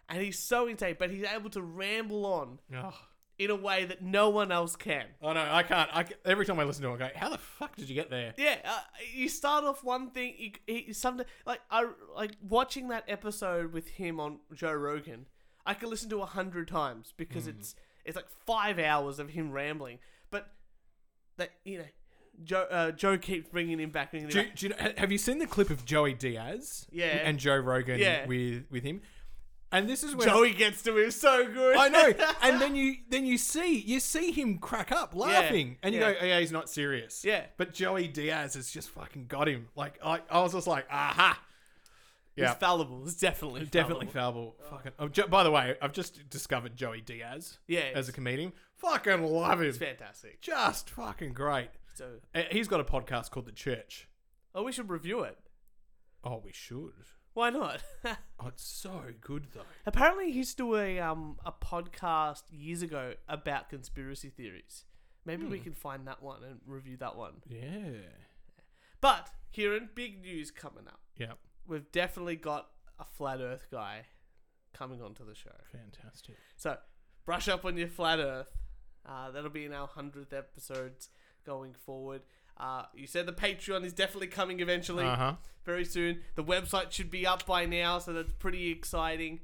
[SPEAKER 1] And he's so insane, but he's able to ramble on
[SPEAKER 2] Ugh.
[SPEAKER 1] in a way that no one else can.
[SPEAKER 2] Oh no, Oh, I can't. I, ca- every time I listen to him, I go, "How the fuck did you get there?"
[SPEAKER 1] Yeah, uh, you start off one thing. You, he, sometimes, like I like watching that episode with him on Joe Rogan. I could listen to a hundred times because
[SPEAKER 2] Hmm.
[SPEAKER 4] Mm.
[SPEAKER 1] it's it's like five hours of him rambling. But that you know, Joe uh, Joe keeps bringing him back. Bringing him
[SPEAKER 2] Do,
[SPEAKER 1] back.
[SPEAKER 2] do you know, ha- have you seen the clip of Joey Diaz?
[SPEAKER 1] Yeah.
[SPEAKER 2] And Joe Rogan
[SPEAKER 1] Yeah.
[SPEAKER 2] with with him. And this is where
[SPEAKER 1] Joey gets to him so good.
[SPEAKER 2] I know. And then you then you see you see him crack up laughing, and you
[SPEAKER 1] yeah.
[SPEAKER 2] go, oh, "Yeah, he's not serious."
[SPEAKER 1] Yeah.
[SPEAKER 2] But Joey Diaz has just fucking got him. Like I, I was just like, "Aha." Yeah.
[SPEAKER 1] He's fallible. He's definitely
[SPEAKER 2] Definitely fallible. Fucking. Oh, Jo- by the way, I've just discovered Joey Diaz.
[SPEAKER 1] Yeah.
[SPEAKER 2] As a comedian, fucking love him.
[SPEAKER 1] It's fantastic.
[SPEAKER 2] Just fucking great.
[SPEAKER 1] So-
[SPEAKER 2] Uh, he's got a podcast called The Church.
[SPEAKER 1] Oh, we should review it.
[SPEAKER 2] Oh, we should.
[SPEAKER 1] Why not?
[SPEAKER 2] Oh, it's so good though.
[SPEAKER 1] Apparently, he used to do a um a podcast years ago about conspiracy theories. Maybe we
[SPEAKER 2] Hmm.
[SPEAKER 1] can find that one and review that one.
[SPEAKER 2] Yeah.
[SPEAKER 1] But Kieran, big news coming up.
[SPEAKER 2] Yeah.
[SPEAKER 1] We've definitely got a flat Earth guy coming onto the show.
[SPEAKER 2] Fantastic.
[SPEAKER 1] So brush up on your flat Earth. Uh, that'll be in our hundredth episodes going forward. Uh, you said the Patreon is definitely coming eventually,
[SPEAKER 2] Uh-huh.
[SPEAKER 1] very soon. The website should be up by now, so that's pretty exciting.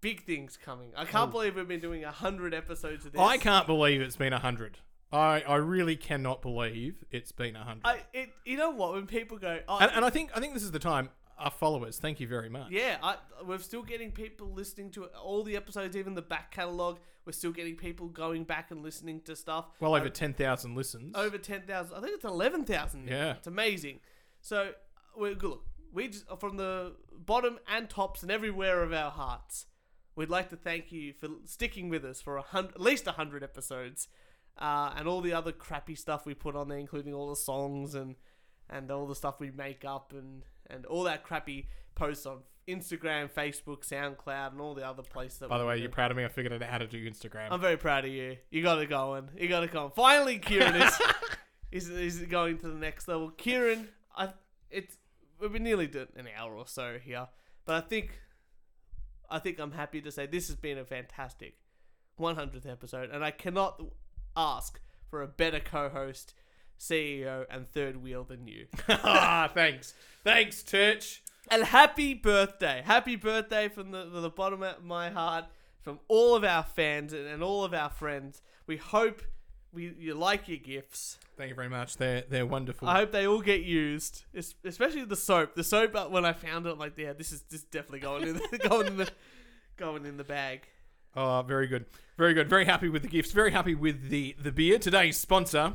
[SPEAKER 1] big things coming. I can't believe we've been doing hundred episodes of this.
[SPEAKER 2] I can't believe it's been 100. I, I really cannot believe it's been 100.
[SPEAKER 1] I it, you know what? When people go, oh,
[SPEAKER 2] and, and I think I think this is the time. Our followers, thank you very much.
[SPEAKER 1] yeah, I, we're still getting people listening to all the episodes, even the back catalog. We're still getting people going back and listening to stuff.
[SPEAKER 2] Well
[SPEAKER 1] I-
[SPEAKER 2] over 10,000 listens.
[SPEAKER 1] over ten thousand. I think it's eleven thousand.
[SPEAKER 2] Yeah.
[SPEAKER 1] it's amazing. So we good. Look, we just from the bottom and tops and everywhere of our hearts, we'd like to thank you for sticking with us for a hundred, at least hundred episodes, uh, and all the other crappy stuff we put on there, including all the songs and and all the stuff we make up and and all that crappy posts on Instagram, Facebook, SoundCloud, and all the other places. That
[SPEAKER 2] By the
[SPEAKER 1] we
[SPEAKER 2] way,
[SPEAKER 1] do.
[SPEAKER 2] you're proud of me. I figured out how to do Instagram.
[SPEAKER 1] I'm very proud of you. You got it going. You got it going. Finally, Kieran is, is is going to the next level. Kieran, I it's we've been nearly done an hour or so here, but I think I think I'm happy to say this has been a fantastic 100th episode, and I cannot ask for a better co-host, CEO, and third wheel than you.
[SPEAKER 2] ah, thanks, thanks, Turch.
[SPEAKER 1] And happy birthday. Happy birthday from the, from the bottom of my heart, from all of our fans and, and all of our friends. We hope we, you like your gifts.
[SPEAKER 2] Thank you very much. They're they're wonderful.
[SPEAKER 1] I hope they all get used, es- especially the soap. The soap, uh, when I found it, I'm like, yeah, this is this is definitely going in the, going in the going in the bag.
[SPEAKER 2] Oh, very good. Very good. Very happy with the gifts. Very happy with the, the beer. Today's sponsor,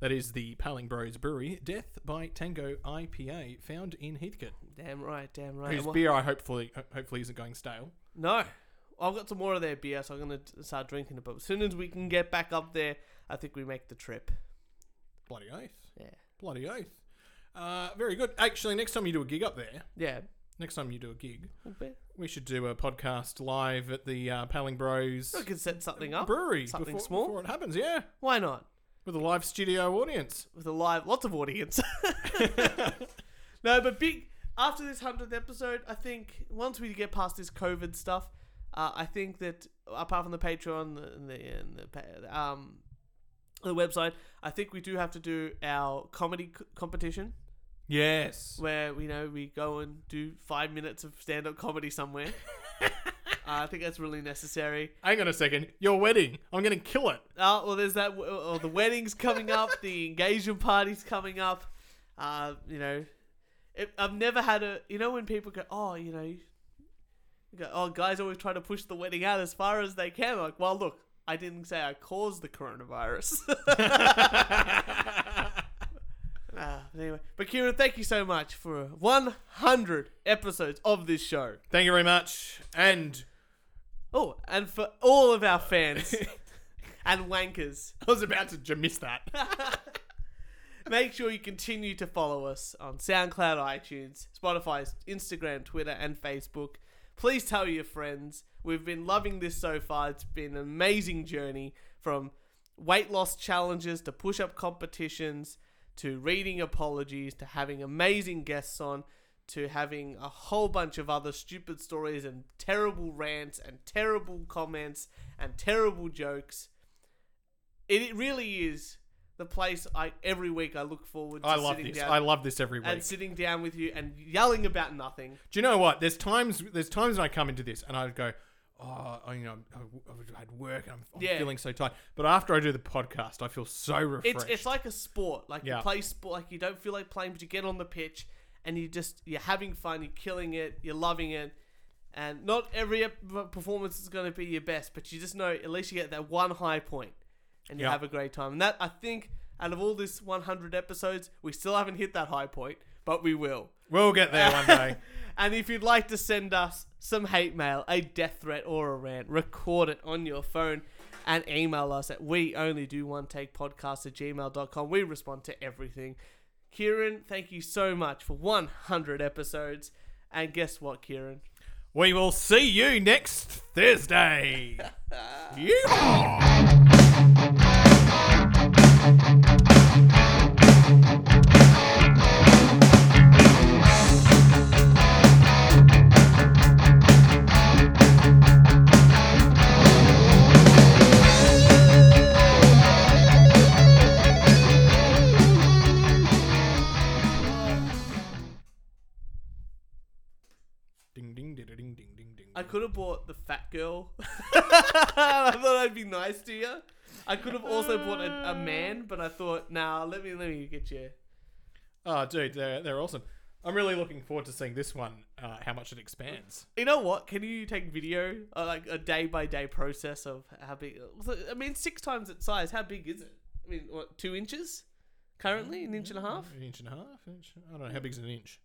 [SPEAKER 2] that is the Paling Bros Brewery, Death by Tango IPA, found in Heathcote.
[SPEAKER 1] Damn right, damn right.
[SPEAKER 2] Whose
[SPEAKER 1] Well-
[SPEAKER 2] beer I hopefully ho- hopefully isn't going stale.
[SPEAKER 1] No, I've got some more of their beer, so I'm gonna t- start drinking it. But as soon as we can get back up there, I think we make the trip.
[SPEAKER 2] Bloody oath.
[SPEAKER 1] Yeah.
[SPEAKER 2] Bloody oath. Uh, very good. Actually, next time you do a gig up there.
[SPEAKER 1] Yeah.
[SPEAKER 2] Next time you do a gig,
[SPEAKER 1] bet.
[SPEAKER 2] we should do a podcast live at the uh, Paling Bros.
[SPEAKER 1] We could set something up.
[SPEAKER 2] brewery
[SPEAKER 1] something
[SPEAKER 2] before-
[SPEAKER 1] small.
[SPEAKER 2] Before it happens, yeah.
[SPEAKER 1] Why not?
[SPEAKER 2] With a live studio audience.
[SPEAKER 1] With a live, lots of audience. no, but big. After this hundredth episode, I think once we get past this COVID stuff, uh, I think that apart from the Patreon and the, and the, pa- um, the website, I think we do have to do our comedy c- competition.
[SPEAKER 2] Yes.
[SPEAKER 1] Where you know we go and do five minutes of stand-up comedy somewhere. uh, I think that's really necessary.
[SPEAKER 2] Hang on a second. Your wedding. I'm going to kill it.
[SPEAKER 1] Oh, well, there's that. Oh, the wedding's coming up. The engagement party's coming up. Uh, you know, it, I've never had a. You know, when people go, oh, you know, you go, oh, guys always try to push the wedding out as far as they can. Like, well, look, I didn't say I caused the coronavirus. Ah, but anyway, but Kieran, thank you so much for 100 episodes of this show.
[SPEAKER 2] Thank you very much. And
[SPEAKER 1] oh, and for all of our fans and wankers.
[SPEAKER 2] I was about to miss that.
[SPEAKER 1] Make sure you continue to follow us on SoundCloud, iTunes, Spotify, Instagram, Twitter, and Facebook. Please tell your friends. We've been loving this so far. It's been an amazing journey from weight loss challenges to push up competitions to reading apologies to having amazing guests on to having a whole bunch of other stupid stories and terrible rants and terrible comments and terrible jokes. It, it really is the place I every week I look forward to
[SPEAKER 2] I love
[SPEAKER 1] sitting
[SPEAKER 2] this.
[SPEAKER 1] down
[SPEAKER 2] I love this every
[SPEAKER 1] and
[SPEAKER 2] week.
[SPEAKER 1] sitting down with you and yelling about nothing.
[SPEAKER 2] Do you know what? There's times there's times when I come into this and I would go, oh, I- you know, I've had work and I'm, I'm
[SPEAKER 1] Yeah.
[SPEAKER 2] feeling so tired. But after I do the podcast, I feel so refreshed.
[SPEAKER 1] It's it's like a sport. Like
[SPEAKER 2] Yeah.
[SPEAKER 1] you play sport like you don't feel like playing but you get on the pitch and you just you're having fun, you're killing it, you're loving it. And not every ep- performance is going to be your best, but you just know at least you get that one high point and you
[SPEAKER 2] Yeah.
[SPEAKER 1] have a great time. And that I think out of all this 100 episodes, we still haven't hit that high point, but we will.
[SPEAKER 2] We'll get there one day.
[SPEAKER 1] And if you'd like to send us some hate mail, a death threat, or a rant, record it on your phone and email us at we only do one take podcast at gmail.com. We respond to everything. Kieran, thank you so much for 100 episodes. And guess what, Kieran?
[SPEAKER 2] we will see you next Thursday. Yeehaw! Ding ding ding ding ding ding ding.
[SPEAKER 1] I could have bought the fat girl. I thought I'd be nice to you. I could have also bought a, a man, but I thought, nah, let me let me get you.
[SPEAKER 2] Oh, dude, they're, they're awesome. I'm really looking forward to seeing this one, uh, how much it expands.
[SPEAKER 1] You know what? Can you take video uh, like a day by day process of how big? so, I mean, six times its size. How big is it? I mean, what two inches? Currently, an inch and a half.
[SPEAKER 2] An inch and a half? Inch? I don't know. How big's an inch?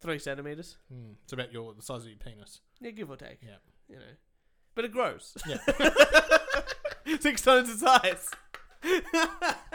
[SPEAKER 1] Three centimeters.
[SPEAKER 2] Hmm, it's about your the size of your penis.
[SPEAKER 1] Yeah, give or take.
[SPEAKER 2] Yeah.
[SPEAKER 1] You know, but it grows.
[SPEAKER 2] Yeah.
[SPEAKER 1] Six times the size.